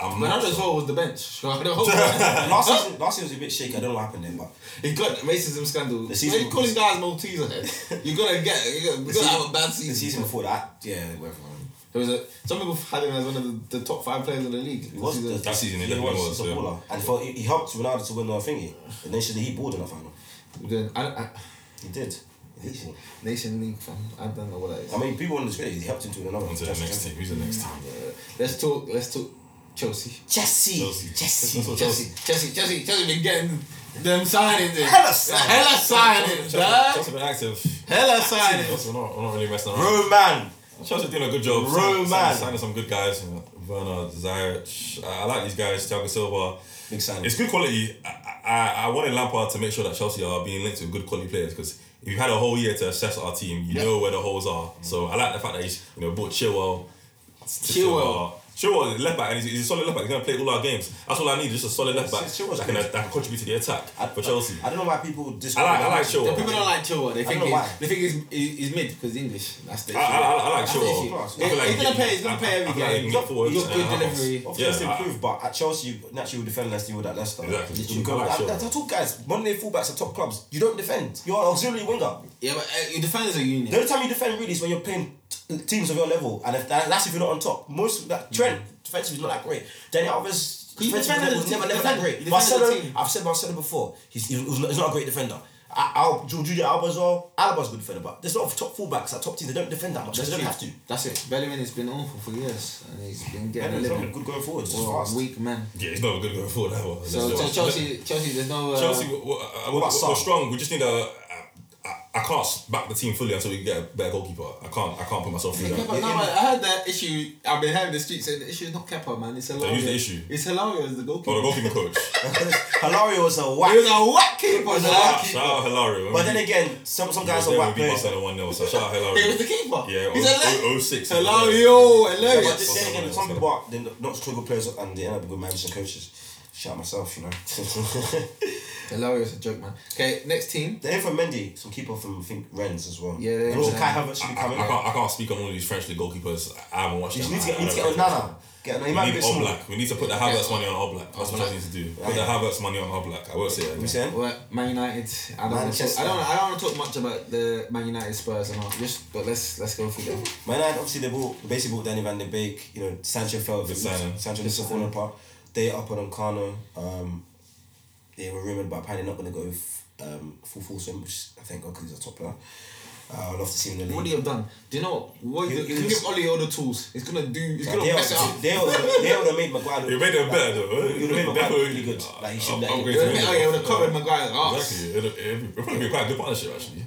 Speaker 3: I'm not
Speaker 1: Bernardo as
Speaker 3: sure.
Speaker 1: well was the bench. So I don't-
Speaker 2: Last season, last season was a bit shaky. I don't know what happened then, but
Speaker 1: He got racism scandal.
Speaker 2: The
Speaker 1: The
Speaker 2: season-
Speaker 1: you calling guys Malteser head. You're gonna get. You're gonna, you're gonna have a bad
Speaker 2: the
Speaker 1: season.
Speaker 2: season before that, yeah, whatever. man.
Speaker 1: There was a some people had him as one of the, the top five players in the league.
Speaker 2: He was
Speaker 1: Season-
Speaker 2: the-
Speaker 3: season, he
Speaker 2: he
Speaker 3: definitely
Speaker 2: was.
Speaker 3: was,
Speaker 2: He's a
Speaker 3: yeah.
Speaker 2: baller. And for, he he helped Ronaldo to win the thingy. And then he balled in the final.
Speaker 1: then I, I,
Speaker 2: He did. He balled.
Speaker 1: Nation League fan. I don't know what that is.
Speaker 2: I mean, people on the screen, he helped him to win another one.
Speaker 3: On to the next team. Who's the next team?
Speaker 1: Uh, let's talk. Let's talk. Chelsea.
Speaker 2: Jesse.
Speaker 3: Chelsea.
Speaker 2: Jesse.
Speaker 3: That's what
Speaker 1: Chelsea. Chelsea. Chelsea. Chelsea been getting them signings. in.
Speaker 2: Hella signings.
Speaker 1: Hella signings. dawg.
Speaker 3: Chelsea been active.
Speaker 1: Hella signings.
Speaker 3: Chelsea, we're not, we're not really messing around.
Speaker 2: Bro, man.
Speaker 3: Chelsea doing a good job.
Speaker 2: Bro, man.
Speaker 3: signing, signing, signing some good guys. You know, Werner, Ziyech. I, I like these guys. Thiago Silva.
Speaker 2: Big signing.
Speaker 3: It's good quality. I, I, I wanted Lampard to make sure that Chelsea are being linked to good quality players because if you've had a whole year to assess our team, you know where the holes are. So I like the fact that he's you know bought Chilwell,
Speaker 1: Chilwell.
Speaker 3: Sure, what, left back, and he's, he's a solid left back. He's gonna play all our games. That's all I need. Just a solid left back
Speaker 2: Chilwell's
Speaker 3: that can,
Speaker 2: good.
Speaker 3: that can contribute to the attack for Chelsea.
Speaker 2: I don't know why people
Speaker 3: I
Speaker 2: disagree.
Speaker 3: like, I like
Speaker 1: Yeah, people
Speaker 3: Chilwell.
Speaker 1: don't like Chilwell. They think
Speaker 2: know why. Ah,
Speaker 1: he's, they think he's, he- he's mid because English. That's the
Speaker 3: I, I, I, I like
Speaker 1: That's the
Speaker 3: Chilwell.
Speaker 1: issue.
Speaker 2: class.
Speaker 3: I feel like
Speaker 1: He's gonna
Speaker 3: he-
Speaker 1: play- he's gonna
Speaker 3: I-
Speaker 1: play
Speaker 3: I- I
Speaker 1: every
Speaker 3: feel like
Speaker 1: game.
Speaker 3: he can get forwards
Speaker 1: He's got
Speaker 3: and
Speaker 1: good
Speaker 3: half-offs.
Speaker 1: delivery.
Speaker 2: Of
Speaker 3: Yeah,
Speaker 2: course,
Speaker 3: I-
Speaker 2: improved, but at Chelsea, you naturally would defend less than you would at Leicester.
Speaker 3: Exactly.
Speaker 2: You
Speaker 3: You
Speaker 2: go,
Speaker 3: go like
Speaker 2: I,
Speaker 3: Chilwell.
Speaker 2: I, I told guys, Monday fullbacks at top clubs, you don't defend. You're an auxiliary winger.
Speaker 1: Yeah, but uh, your defenders are union.
Speaker 2: The only time you defend really is when you're playing t- teams of your level, and if that, that's if you're not on top. Most that Trent defensive is not that great. Danny Alves
Speaker 1: He
Speaker 2: defensive
Speaker 1: defended
Speaker 2: was
Speaker 1: the
Speaker 2: never
Speaker 1: team.
Speaker 2: never that
Speaker 1: He
Speaker 2: great.
Speaker 1: defended the
Speaker 2: Marcelo,
Speaker 1: team.
Speaker 2: I've said Marcelo before. He's he was not, he's not a great defender. I, I'll Julia Alba as well. Alba's a good defender, but there's a lot of top fullbacks at top teams. They don't defend that much. They don't
Speaker 1: true.
Speaker 2: have to.
Speaker 1: That's it. Bellerin has been awful for years, and he's been
Speaker 2: Yeah,
Speaker 1: getting a
Speaker 2: he's not
Speaker 1: living.
Speaker 2: good going forward. He's just
Speaker 1: Well,
Speaker 2: fast.
Speaker 1: weak man.
Speaker 3: Yeah, he's not a good going forward. that one.
Speaker 1: So,
Speaker 3: Let's
Speaker 1: so
Speaker 3: go.
Speaker 1: Chelsea, Chelsea, there's no. Uh,
Speaker 3: Chelsea, we're, we're, we're,
Speaker 2: about Son?
Speaker 3: we're strong. We just need a. I, I- I can't back the team fully until we get a better goalkeeper. I can't. I can't put myself through
Speaker 1: Yeah,
Speaker 3: that.
Speaker 1: but no, but I heard that issue. I've been hearing the streets saying the issue is not Kepa, man. It's Hilario.
Speaker 3: who's the issue?
Speaker 1: It's Hilario as the goalkeeper.
Speaker 3: Or the goalkeeper coach.
Speaker 2: Hilario was a
Speaker 1: He was
Speaker 2: whack.
Speaker 1: a whack keeper.
Speaker 2: was a
Speaker 1: man.
Speaker 2: whack.
Speaker 3: Shout out Hilario.
Speaker 2: But then again, some some guys
Speaker 3: we
Speaker 2: are
Speaker 3: were
Speaker 2: whack
Speaker 3: beat
Speaker 2: players.
Speaker 3: Barcelona one 0 So shout out
Speaker 1: He was the
Speaker 3: Hilario.
Speaker 1: keeper.
Speaker 3: Yeah,
Speaker 1: he's a
Speaker 3: oh-
Speaker 1: left.
Speaker 3: oh- 06.
Speaker 1: Hilario,
Speaker 2: Yeah,
Speaker 1: Hilario.
Speaker 2: but then- then again, some people are they're not- not struggle players and they end up good managers and coaches. Shout out myself, you know.
Speaker 1: Hilario's a joke, man. Okay, next team.
Speaker 2: They're from Mendy, some keeper from I think Rennes as well.
Speaker 1: Yeah, yeah,
Speaker 2: And also
Speaker 1: yeah.
Speaker 2: Kai Havertz should
Speaker 3: I,
Speaker 2: be
Speaker 3: I,
Speaker 2: coming.
Speaker 3: I can't. I can't speak on all these French league goalkeepers. I haven't watched
Speaker 2: You
Speaker 3: them.
Speaker 2: need to
Speaker 3: I-
Speaker 2: get,
Speaker 3: I
Speaker 2: you need to get
Speaker 3: don't know.
Speaker 2: Onana. Get Onana. He might be
Speaker 3: We
Speaker 2: a
Speaker 3: need
Speaker 2: bit small.
Speaker 3: Oblak. We need to put the Havertz money on Oblak. That's what I need to do. Put the Havertz money on Oblak. I will say
Speaker 2: You
Speaker 3: that.
Speaker 2: see
Speaker 3: yeah.
Speaker 2: him?
Speaker 1: Well, Man United. I don't. Wanna talk,
Speaker 2: Manchester.
Speaker 1: I don't. I don't want to talk much about the Man United Spurs and all. Just, but let's let's go through them.
Speaker 2: Man United, obviously they bought, they basically bought Danny Van de Beek, you know, Sancho fell,
Speaker 3: Good signing.
Speaker 2: Sancho just falling apart. They up on Oncano, um, they were rumoured but apparently not going to go f- um, full force, in, which I think God 'cause he's a top player. Uh, I'd love to see him in the
Speaker 1: What do you
Speaker 2: league.
Speaker 1: have done? Do you know what?
Speaker 2: He-
Speaker 1: You,
Speaker 2: he
Speaker 1: you
Speaker 2: was-
Speaker 1: give Ollie all the tools. He's gonna do. He's
Speaker 2: Like,
Speaker 1: gonna
Speaker 2: they
Speaker 1: mess it up.
Speaker 2: would- they would- they would have made Maguire look
Speaker 3: You made them better though.
Speaker 2: You made Maguire look really good. Like, he should let him-
Speaker 1: Oh yeah, with a cover, Maguire. Oh,
Speaker 3: Exactly. It'll, it'll probably be quite a good partnership actually.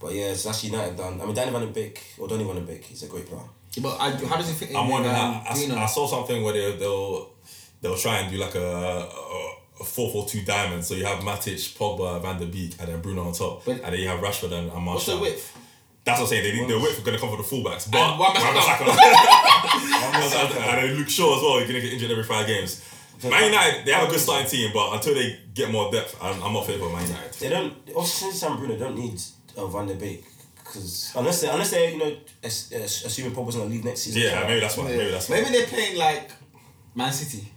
Speaker 2: But yeah, it's actually United done. I mean, Danny Van de Beek, or Donny Van de Beek, he's a great player.
Speaker 1: But I, how does he fit in?
Speaker 3: I'm
Speaker 1: with,
Speaker 3: wondering.
Speaker 1: um,
Speaker 3: I, I,
Speaker 1: Dino?
Speaker 3: I saw something where they, they'll they'll try and do like a, a, a four four two diamond. So you have Matic, Pogba, Van der Beek, and then Bruno on top,
Speaker 1: But-
Speaker 3: and then you have Rashford and, and Martial.
Speaker 1: What's the width?
Speaker 3: That's what I'm saying. They need their width going to come for the fullbacks, but
Speaker 1: And Wan-Bissaka.
Speaker 3: and then Luke Shaw as well. You're going to get injured every five games. Man United, they have a good starting team, but until they get more depth, I'm, I'm off it for Man United.
Speaker 2: They don't, obviously, since San Bruno, they don't need uh, Van de Beek. Because unless they, unless they, you know, as, as, assuming Pogba's going to leave next season.
Speaker 3: Yeah, maybe that's why. Maybe that's why.
Speaker 1: Maybe they're playing like Man City.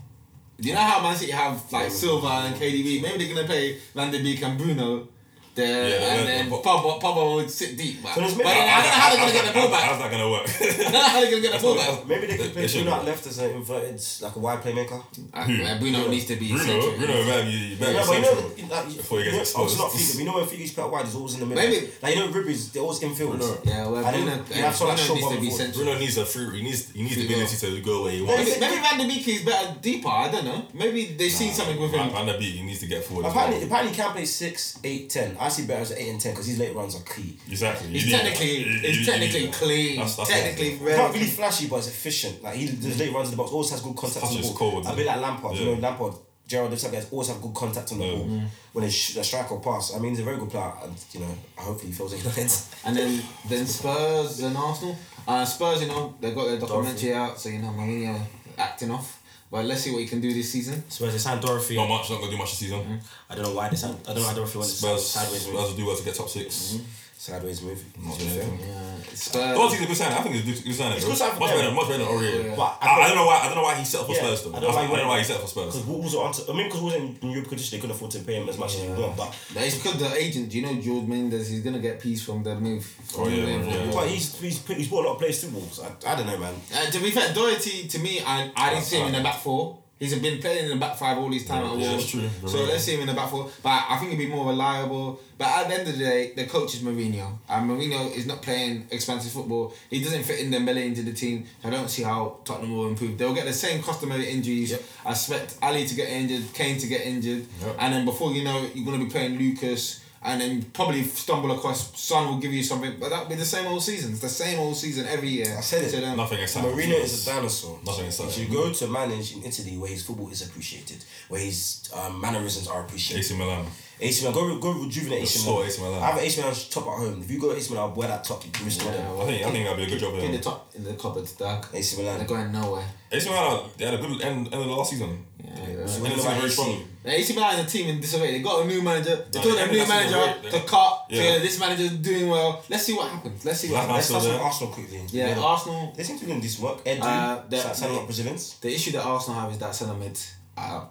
Speaker 1: Do you know how Man City have like Silva and KDB? Maybe they're gonna play Van de Beek and Bruno. There,
Speaker 3: Yeah,
Speaker 1: and
Speaker 3: yeah,
Speaker 1: then
Speaker 3: but-
Speaker 1: Pablo, Pablo would sit deep. But,
Speaker 2: So there's
Speaker 1: but
Speaker 2: maybe-
Speaker 1: I, don't, I don't know how they're gonna get the ball
Speaker 3: How's
Speaker 1: back.
Speaker 3: that going to
Speaker 1: I
Speaker 3: work?
Speaker 1: don't know how they're gonna get the ball back.
Speaker 2: Maybe they could
Speaker 3: They-
Speaker 2: play
Speaker 3: they should
Speaker 2: Bruno
Speaker 3: do
Speaker 2: out left as an inverted, like a wide playmaker.
Speaker 1: Uh, Bruno needs to be.
Speaker 3: Bruno,
Speaker 1: central.
Speaker 3: Bruno, man,
Speaker 2: Yeah,
Speaker 3: you better be
Speaker 2: but you
Speaker 3: central.
Speaker 2: know, you- like,
Speaker 3: Before he
Speaker 2: you
Speaker 3: gets
Speaker 2: know, oh, it's
Speaker 3: exposed.
Speaker 2: not Figgy. We know when Figgy's play out wide, he's always in the middle.
Speaker 1: Maybe.
Speaker 2: Like, you know, Ribby's, they're always infield.
Speaker 1: Yeah, well,
Speaker 2: and
Speaker 1: Bruno-
Speaker 2: then you have
Speaker 1: Bruno
Speaker 2: someone like Shaw
Speaker 1: needs to be
Speaker 2: Barbie forward.
Speaker 1: central.
Speaker 3: Bruno needs a fruit. He needs he needs the
Speaker 1: Free
Speaker 3: ability to go where he
Speaker 1: Maybe,
Speaker 3: wants.
Speaker 1: maybe Van de Beek is better deeper. I don't know. Maybe they've seen something with him.
Speaker 3: Van der Beek, he needs to get forward. as well.
Speaker 2: Apparently, apparently, he can play 6, 8, 10. I see better as 8 and 10 because his late runs are key.
Speaker 3: Exactly. you
Speaker 1: He's
Speaker 3: need
Speaker 1: technically,
Speaker 3: that. You- you-
Speaker 1: he's
Speaker 3: you
Speaker 1: technically
Speaker 3: need that.
Speaker 1: clean.
Speaker 3: That's- that's
Speaker 1: technically,
Speaker 3: what-
Speaker 2: He's
Speaker 1: very
Speaker 2: not really flashy, but it's efficient. Like he just late runs in the box, always has good contact on the
Speaker 3: Touch is
Speaker 2: ball.
Speaker 3: cold,
Speaker 2: a bit like Lampard, you
Speaker 3: Yeah.
Speaker 2: know, Lampard, Gerald, those type of guys always have good contact on the ball when they sh- they strike or pass. I mean, he's a very good player, and you know, hopefully he feels like that.
Speaker 1: And then then Spurs and Arsenal. Uh, Spurs, you know, they got their documentary out, so you know Mourinho acting off. But let's see what he can do this season.
Speaker 4: Spurs, they signed Dorothy.
Speaker 3: Not much. Not gonna do much this
Speaker 1: Mm-hmm.
Speaker 3: season.
Speaker 4: I don't know why they signed. I don't know why Dorothy went
Speaker 3: Spurs,
Speaker 4: sideways.
Speaker 3: Spurs will do well to get top six.
Speaker 1: Mm-hmm.
Speaker 2: Sideways move.
Speaker 3: Not doing anything.
Speaker 1: Uh, Spurs.
Speaker 3: Doherty's a good sign. I think he's a good sign. It's
Speaker 2: good sign for
Speaker 3: much
Speaker 2: them.
Speaker 3: better, much better than Aurier.
Speaker 1: Yeah.
Speaker 2: But
Speaker 3: But
Speaker 2: I
Speaker 3: I,
Speaker 2: thought-
Speaker 3: I don't know why. I don't know why he settled for
Speaker 2: Yeah,
Speaker 3: Spurs though.
Speaker 2: I
Speaker 3: I
Speaker 2: don't know
Speaker 3: don't,
Speaker 2: why
Speaker 3: I
Speaker 2: he
Speaker 3: don't know why he
Speaker 2: went-
Speaker 3: settled for
Speaker 2: Because
Speaker 3: Spurs.
Speaker 2: Wolves are onto, I mean, because Wolves are in, in Europe condition, they couldn't afford to pay him as much as he want. But
Speaker 1: But it's because the agent, you know, George Mendes, he's gonna get peace from the move.
Speaker 3: Oh, yeah, yeah.
Speaker 2: but he's he's put, he's bought a lot of players to Wolves. I, I don't know, man.
Speaker 1: Uh, to be fair, Doherty to me, I, I didn't see him in the back four. He's been playing in the back five all his time at Wolves.
Speaker 3: Yeah, that's true.
Speaker 1: So
Speaker 3: Right.
Speaker 1: let's see him in the back four. But I think he'd be more reliable. But at the end of the day, the coach is Mourinho. And Mourinho is not playing expansive football. He doesn't fit in Dembele into the team. I don't see how Tottenham will improve. They'll get the same customary injuries. I expect Ali to get injured, Kane to get injured.
Speaker 3: Yep.
Speaker 1: And then before you know it, you're going to be playing Lucas. And then probably stumble across Son will give you something, but that'll be the same old season. It's the same old season every year.
Speaker 2: I said it.
Speaker 1: So then-
Speaker 3: Nothing exciting.
Speaker 2: Marino is a dinosaur.
Speaker 3: Nothing
Speaker 2: If
Speaker 3: exciting.
Speaker 2: you go to manage in Italy, where his football is appreciated, where his um, mannerisms are appreciated,
Speaker 3: AC Milan.
Speaker 2: AC Milan, go, re- go rejuvenate AC
Speaker 3: Restore
Speaker 2: Milan.
Speaker 3: AC Milan.
Speaker 2: I have an AC Milan top at home. If you go to AC Milan, I'll wear that top. You restore them.
Speaker 3: I think I think that'd be a good job for
Speaker 1: In the
Speaker 3: them.
Speaker 1: top, in the cupboard, dark.
Speaker 2: AC
Speaker 1: They're
Speaker 2: Milan.
Speaker 1: going nowhere.
Speaker 3: AC Milan had a- they had a good end end of last season.
Speaker 1: Yeah,
Speaker 3: Ended
Speaker 1: they're-
Speaker 3: the season very strong.
Speaker 1: Now, AC Milan is a team in disarray. They got a new manager. They
Speaker 3: No,
Speaker 1: told
Speaker 3: they
Speaker 1: their
Speaker 3: haven't
Speaker 1: new
Speaker 3: done something
Speaker 1: manager
Speaker 3: great.
Speaker 1: to
Speaker 3: They-
Speaker 1: cut.
Speaker 3: Yeah.
Speaker 1: Yeah. This manager's doing well. Let's see what happens. Let's see what
Speaker 3: Last
Speaker 1: happens.
Speaker 2: Let's
Speaker 3: Arsenal
Speaker 2: start with
Speaker 3: there.
Speaker 2: Arsenal quickly.
Speaker 1: Yeah, Arsenal.
Speaker 2: They seem to be doing this work. Edu,
Speaker 1: Uh,
Speaker 2: uh,
Speaker 1: that-
Speaker 2: signing up Brazilians.
Speaker 1: The issue that Arsenal have is that centre mid. Uh,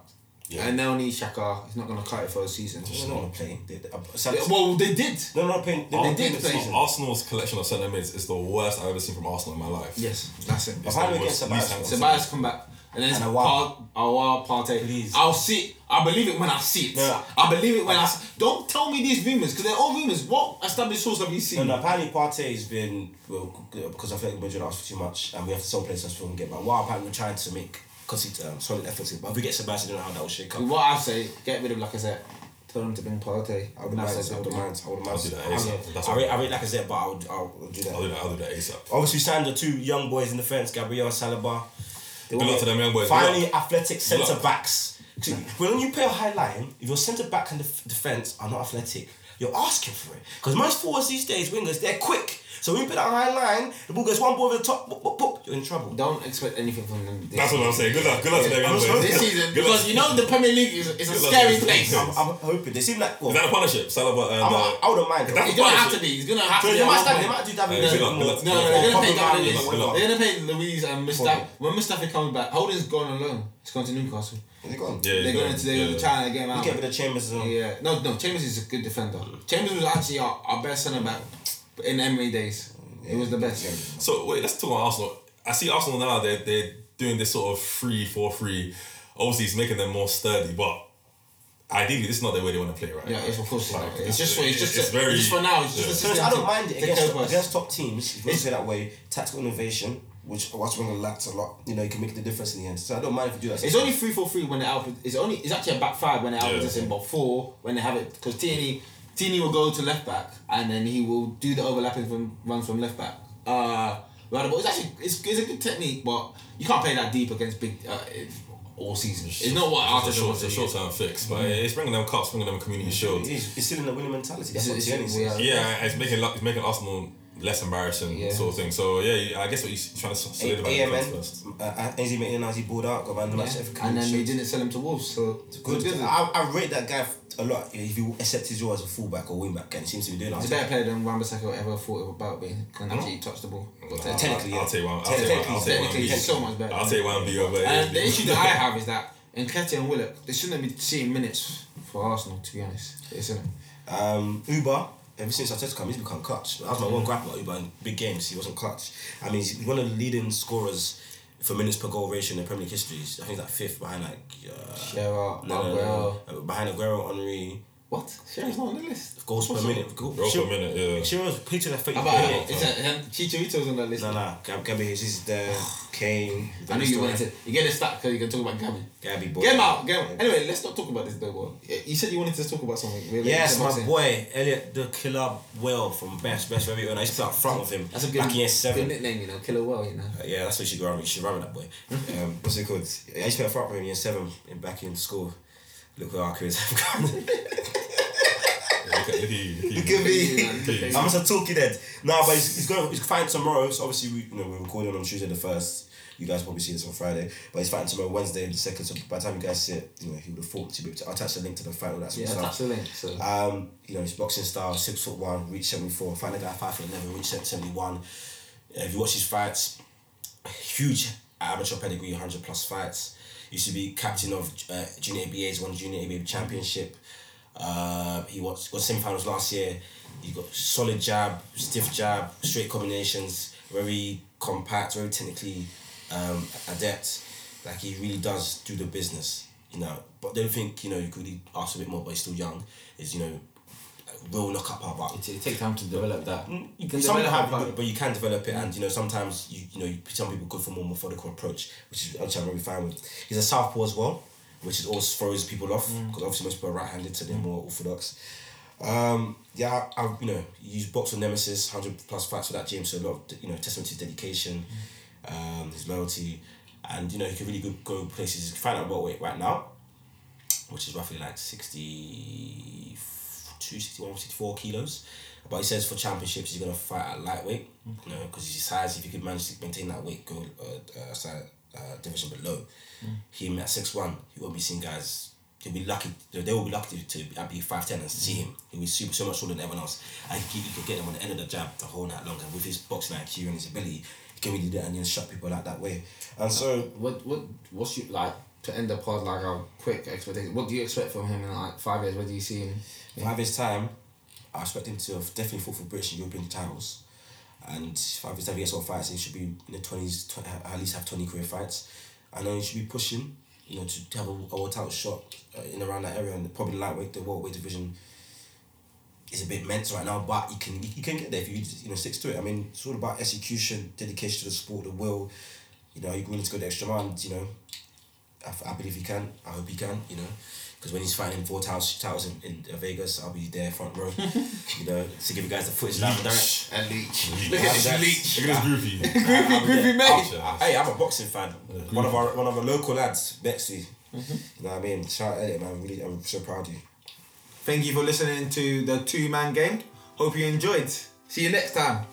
Speaker 3: Yeah.
Speaker 1: And they'll need Shaka. He's not going to cut it for a season.
Speaker 2: They're not gonna play. They, they, uh,
Speaker 1: Yeah,
Speaker 2: Santos-
Speaker 1: Well, they did.
Speaker 2: they're not playing. They're
Speaker 3: Ar-
Speaker 2: not playing
Speaker 1: did
Speaker 2: this
Speaker 1: play.
Speaker 2: season.
Speaker 3: Arsenal's collection of centre mids is the worst I've ever seen from Arsenal in my life.
Speaker 1: Yes, that's it.
Speaker 2: If I
Speaker 3: the
Speaker 2: look at
Speaker 3: worst
Speaker 2: Sabias,
Speaker 3: least-
Speaker 1: Ceballos come back. And then
Speaker 2: And
Speaker 1: Par-
Speaker 2: Aouar.
Speaker 1: Aouar, Partey.
Speaker 2: Please.
Speaker 1: I'll see it. I believe it when I see it.
Speaker 2: No.
Speaker 1: I believe it when I see Don't tell me these rumours, because they're all rumours. What established source have you seen?
Speaker 2: No, no, apparently Partey has been well g- uh, because I feel like Madrid asked for too much and we have to sell players for him get back. Well, apparently we're trying to make because um, solid efforts, but if we get Sebastian, I don't know how that will shake up.
Speaker 1: What I say, get rid of Lacazette. Tell them to bring Partey.
Speaker 2: I would mind, I would mind, I would mind.
Speaker 3: do that,
Speaker 2: I,
Speaker 3: ASAP.
Speaker 2: would-
Speaker 3: That's
Speaker 2: I,
Speaker 3: what-
Speaker 2: rate, I rate Lacazette, but I would, I would do that.
Speaker 3: I'll do that. I'll do that ASAP.
Speaker 2: Obviously, we signed the two young boys in the fence, Gabriel Saliba. They
Speaker 3: Good
Speaker 2: were-
Speaker 3: luck to them young boys. Good
Speaker 2: Finally,
Speaker 3: luck.
Speaker 2: athletic
Speaker 3: luck.
Speaker 2: centre backs. See, When you play a high line, if your centre back and the defence are not athletic, you're asking for it. Because most forwards these days, wingers, they're quick. So when you play that high line, the ball goes one ball over the top, boop, boop, boop, you're in trouble.
Speaker 1: Don't expect anything from them. This
Speaker 3: That's what I'm saying. Good luck. Good luck to them young boys.
Speaker 1: This season,
Speaker 3: Good luck.
Speaker 1: because you know the Premier League is, is a
Speaker 3: Good luck.
Speaker 1: scary place.
Speaker 2: I'm, I'm hoping. They seem like. Well,
Speaker 3: Is that a partnership? Saliba and
Speaker 2: I'm,
Speaker 3: uh,
Speaker 2: I wouldn't mind.
Speaker 3: That's-
Speaker 1: He's gonna have to be. He's gonna have
Speaker 2: So
Speaker 1: to.
Speaker 2: you
Speaker 1: be
Speaker 2: might
Speaker 1: at one
Speaker 2: stand, they
Speaker 1: point.
Speaker 2: might do David
Speaker 3: Yeah,
Speaker 2: Luiz
Speaker 3: good luck, good
Speaker 2: more.
Speaker 3: luck.
Speaker 1: No, no, they're gonna pay David
Speaker 2: Probably Luiz,
Speaker 1: Luiz.
Speaker 2: good luck.
Speaker 1: They're gonna pay Louise and Mustafi.
Speaker 2: Probably.
Speaker 1: When Mustafi comes back, Holding's gone alone. He's going to Newcastle.
Speaker 2: Is he gone?
Speaker 3: Yeah,
Speaker 1: They're
Speaker 3: he's
Speaker 1: going
Speaker 3: gone.
Speaker 1: to they're
Speaker 3: Yeah.
Speaker 1: gonna try and get him out.
Speaker 2: Look at the Chambers as well.
Speaker 1: Yeah, no, no. Chambers is a good defender. Chambers was actually our, our best centre back in Emery days. It was the best.
Speaker 3: So wait, let's talk about Arsenal. I see Arsenal now. They're they're doing this sort of three four three. Obviously, it's making them more sturdy, but ideally, this is not the way they want to play, right?
Speaker 1: Yeah, it's of course.
Speaker 3: Like,
Speaker 1: it's just for it's just
Speaker 3: it's very-
Speaker 1: just for now. It's just
Speaker 3: yeah.
Speaker 1: a
Speaker 2: Seriously,
Speaker 1: system
Speaker 2: I don't
Speaker 1: to
Speaker 2: mind it
Speaker 1: take
Speaker 2: against,
Speaker 1: care of us.
Speaker 2: against top teams. If you say that way, tactical innovation, which Arsenal lacks a lot, you know, you can make the difference in the end. So I don't mind if you do that.
Speaker 1: It's only three four three when they out. It's only it's actually a back five when they out
Speaker 3: Yeah.
Speaker 1: position, but four when they have it because Tierney, Tierney will go to left back and then he will do the overlapping from runs from left back. Uh, right, but it's actually it's, it's a good technique, but you can't play that deep against big uh, if- all season. It's not what
Speaker 3: It's a
Speaker 1: Arteta
Speaker 3: short,
Speaker 1: wants
Speaker 3: it's
Speaker 1: to Mm.
Speaker 3: a
Speaker 1: do.
Speaker 3: short term fix, but it's bringing them cups, bringing them community shields.
Speaker 2: It's, it's still in the winning mentality.
Speaker 1: It's-
Speaker 2: That's what
Speaker 1: it's-
Speaker 2: Tierney
Speaker 1: we
Speaker 2: says.
Speaker 1: are-
Speaker 3: Yeah, it's making it's making Arsenal less embarrassing
Speaker 1: Yeah.
Speaker 3: sort of thing. So yeah, I guess what you're trying to
Speaker 2: A-
Speaker 3: solidify the defense first.
Speaker 2: AMN, uh, Ainsley Maitland-Niles, he balled out, got Van Dijk, everything
Speaker 1: Yeah. And then they
Speaker 2: changed.
Speaker 1: didn't sell him to Wolves, so it's
Speaker 2: Good.
Speaker 1: He's a
Speaker 2: I, I rate that guy f- a lot. If you accept his role as a fullback or wingback, and he seems to be doing that.
Speaker 1: better player than Wan-Bissaka ever thought about being. Can actually touch the ball. Got
Speaker 3: I'll-
Speaker 1: ten-
Speaker 2: technically, yeah.
Speaker 3: I'll tell you one. I'll
Speaker 2: Technically,
Speaker 3: tell you one. I'll tell you one.
Speaker 1: technically,
Speaker 3: beat.
Speaker 1: he's so much better.
Speaker 3: I'll tell you one. Be over.
Speaker 1: And the issue that I have is that Nketiah and Willock, they shouldn't be seeing minutes for Arsenal, to be honest. Isn't it?
Speaker 2: Um, Uber, ever since Arteta come, he's become clutch. That was my one gripe about Uber in big games. He wasn't clutch. I mean, he's one of the leading scorers for minutes per goal ratio in Premier League history. I think he's like fifth behind like. Uh,
Speaker 1: Gerrard,
Speaker 2: no, no,
Speaker 1: Aguero.
Speaker 2: no, no. Behind Aguero, Henry,
Speaker 1: What? Sherry's not on the list.
Speaker 2: goals per minute. Goal,
Speaker 3: Goals per minute, yeah.
Speaker 2: Chiro's picture that
Speaker 1: How
Speaker 2: thirty.
Speaker 1: about
Speaker 2: per
Speaker 1: yeah,
Speaker 2: minute.
Speaker 1: it's a, and Chicharito's on that list.
Speaker 2: No, no, Gab- Gabby Hayes is there. Kane.
Speaker 1: I knew you wanted to. You get a stat because you can talk about Gabby.
Speaker 2: Gabby boy.
Speaker 1: Get him out, get him out. Anyway, let's not talk about this though, boy. You said you wanted to talk about something. Really
Speaker 2: Yes, my
Speaker 1: Boxing.
Speaker 2: boy Elliot the Killer Well from Best Best Review, and I used to be up front with him
Speaker 1: That's a good,
Speaker 2: back in year seven.
Speaker 1: good nickname, you know. Killer Well, you know.
Speaker 2: Uh, yeah, that's what she should go around with. She should run with that boy. Um, what's it called? I used to play a front row in year seven in back in school. Look where our careers have gone.
Speaker 3: Look at look at you. Look at you.
Speaker 2: Give me.
Speaker 1: Yeah.
Speaker 2: I'm just a talky dead. No, but he's, he's going. He's fighting tomorrow. So obviously, we, you know, we're recording on Tuesday the first. You guys probably see this on Friday, but he's fighting tomorrow, Wednesday the second. So by the time you guys see it, you know, he would have fought to be able to I'll attach the link to the fight, all that sort
Speaker 1: Yeah,
Speaker 2: of stuff.
Speaker 1: that's the link. So.
Speaker 2: Um, you know, his boxing style, six foot one, reach seventy four. Find a guy five foot eleven, reach seventy one. If you watch his fights, huge amateur pedigree, hundred plus fights. Used to be captain of uh, junior ABA's, won junior ABA championship. Uh, he was got semifinals last year. He got solid jab, stiff jab, straight combinations. Very compact, very technically um, adept. Like he really does do the business, you know. But don't think you know you could really ask a bit more. But he's still young. Is you know, real knockout power. But
Speaker 1: It, it takes time to develop that.
Speaker 2: you
Speaker 1: can
Speaker 2: can Mm, some
Speaker 1: develop
Speaker 2: have,
Speaker 1: that.
Speaker 2: but, but you can develop it, and you know sometimes you you know you- some people go for more methodical approach, which is which I'm very fine with. He's a southpaw as well, which is always throws people off
Speaker 1: Mm.
Speaker 2: because obviously most people are right-handed, so they're more orthodox. Um, yeah, I, I you know use box with nemesis, hundred plus fights for that gym, so a lot of you know testament to his dedication,
Speaker 1: Mm.
Speaker 2: um, his loyalty, and you know he can really go, go places. Find out what weight right now
Speaker 4: which is roughly like 62, 61, 64 kilos. But he says for championships, he's going to fight at lightweight, you know, because his size, if he could manage to maintain that weight, go uh, uh, side, uh, division below. Him at 6'1, he won't be seeing guys. He'll be lucky. They they will be lucky to, to be five ten and see him. He'll be super, so much taller than everyone else. And he, he could get them on the end of the jab the whole night long. And with his boxing IQ and his ability, he can really do that and then shut people out that way. And so
Speaker 1: What what what's you like to end the pod like a quick expectation? What do you expect from him in like five years? Where do you see him?
Speaker 2: Five years time, I expect him to have definitely fought for British and European titles. And five years time, he gets on fights. He should be in the twenties, tw- at least have twenty career fights. I know he should be pushing, you know, to have a, a world title shot uh, in around that area, and probably lightweight, the world weight division is a bit mental right now, but you can you can get there if you you know sticks to it. I mean, it's all about execution, dedication to the sport, the will. You know, you're willing to go the extra mile. and, You know, I, f- I believe he can. I hope he can. You know, because when he's fighting four titles, titles in, in Vegas, I'll be there front row. you know, to give you guys the footage live and direct.
Speaker 1: And Leech.
Speaker 3: Look at
Speaker 2: this
Speaker 3: Look at this groupie.
Speaker 1: Groovy, groovy mate.
Speaker 2: uh, Hey, I'm a boxing fan. One of our one of our local lads, Bexley. You know what I mean? Shout out Elliot, man. I'm really, I'm so proud of you.
Speaker 1: Thank you for listening to the two man game. Hope you enjoyed. See you next time.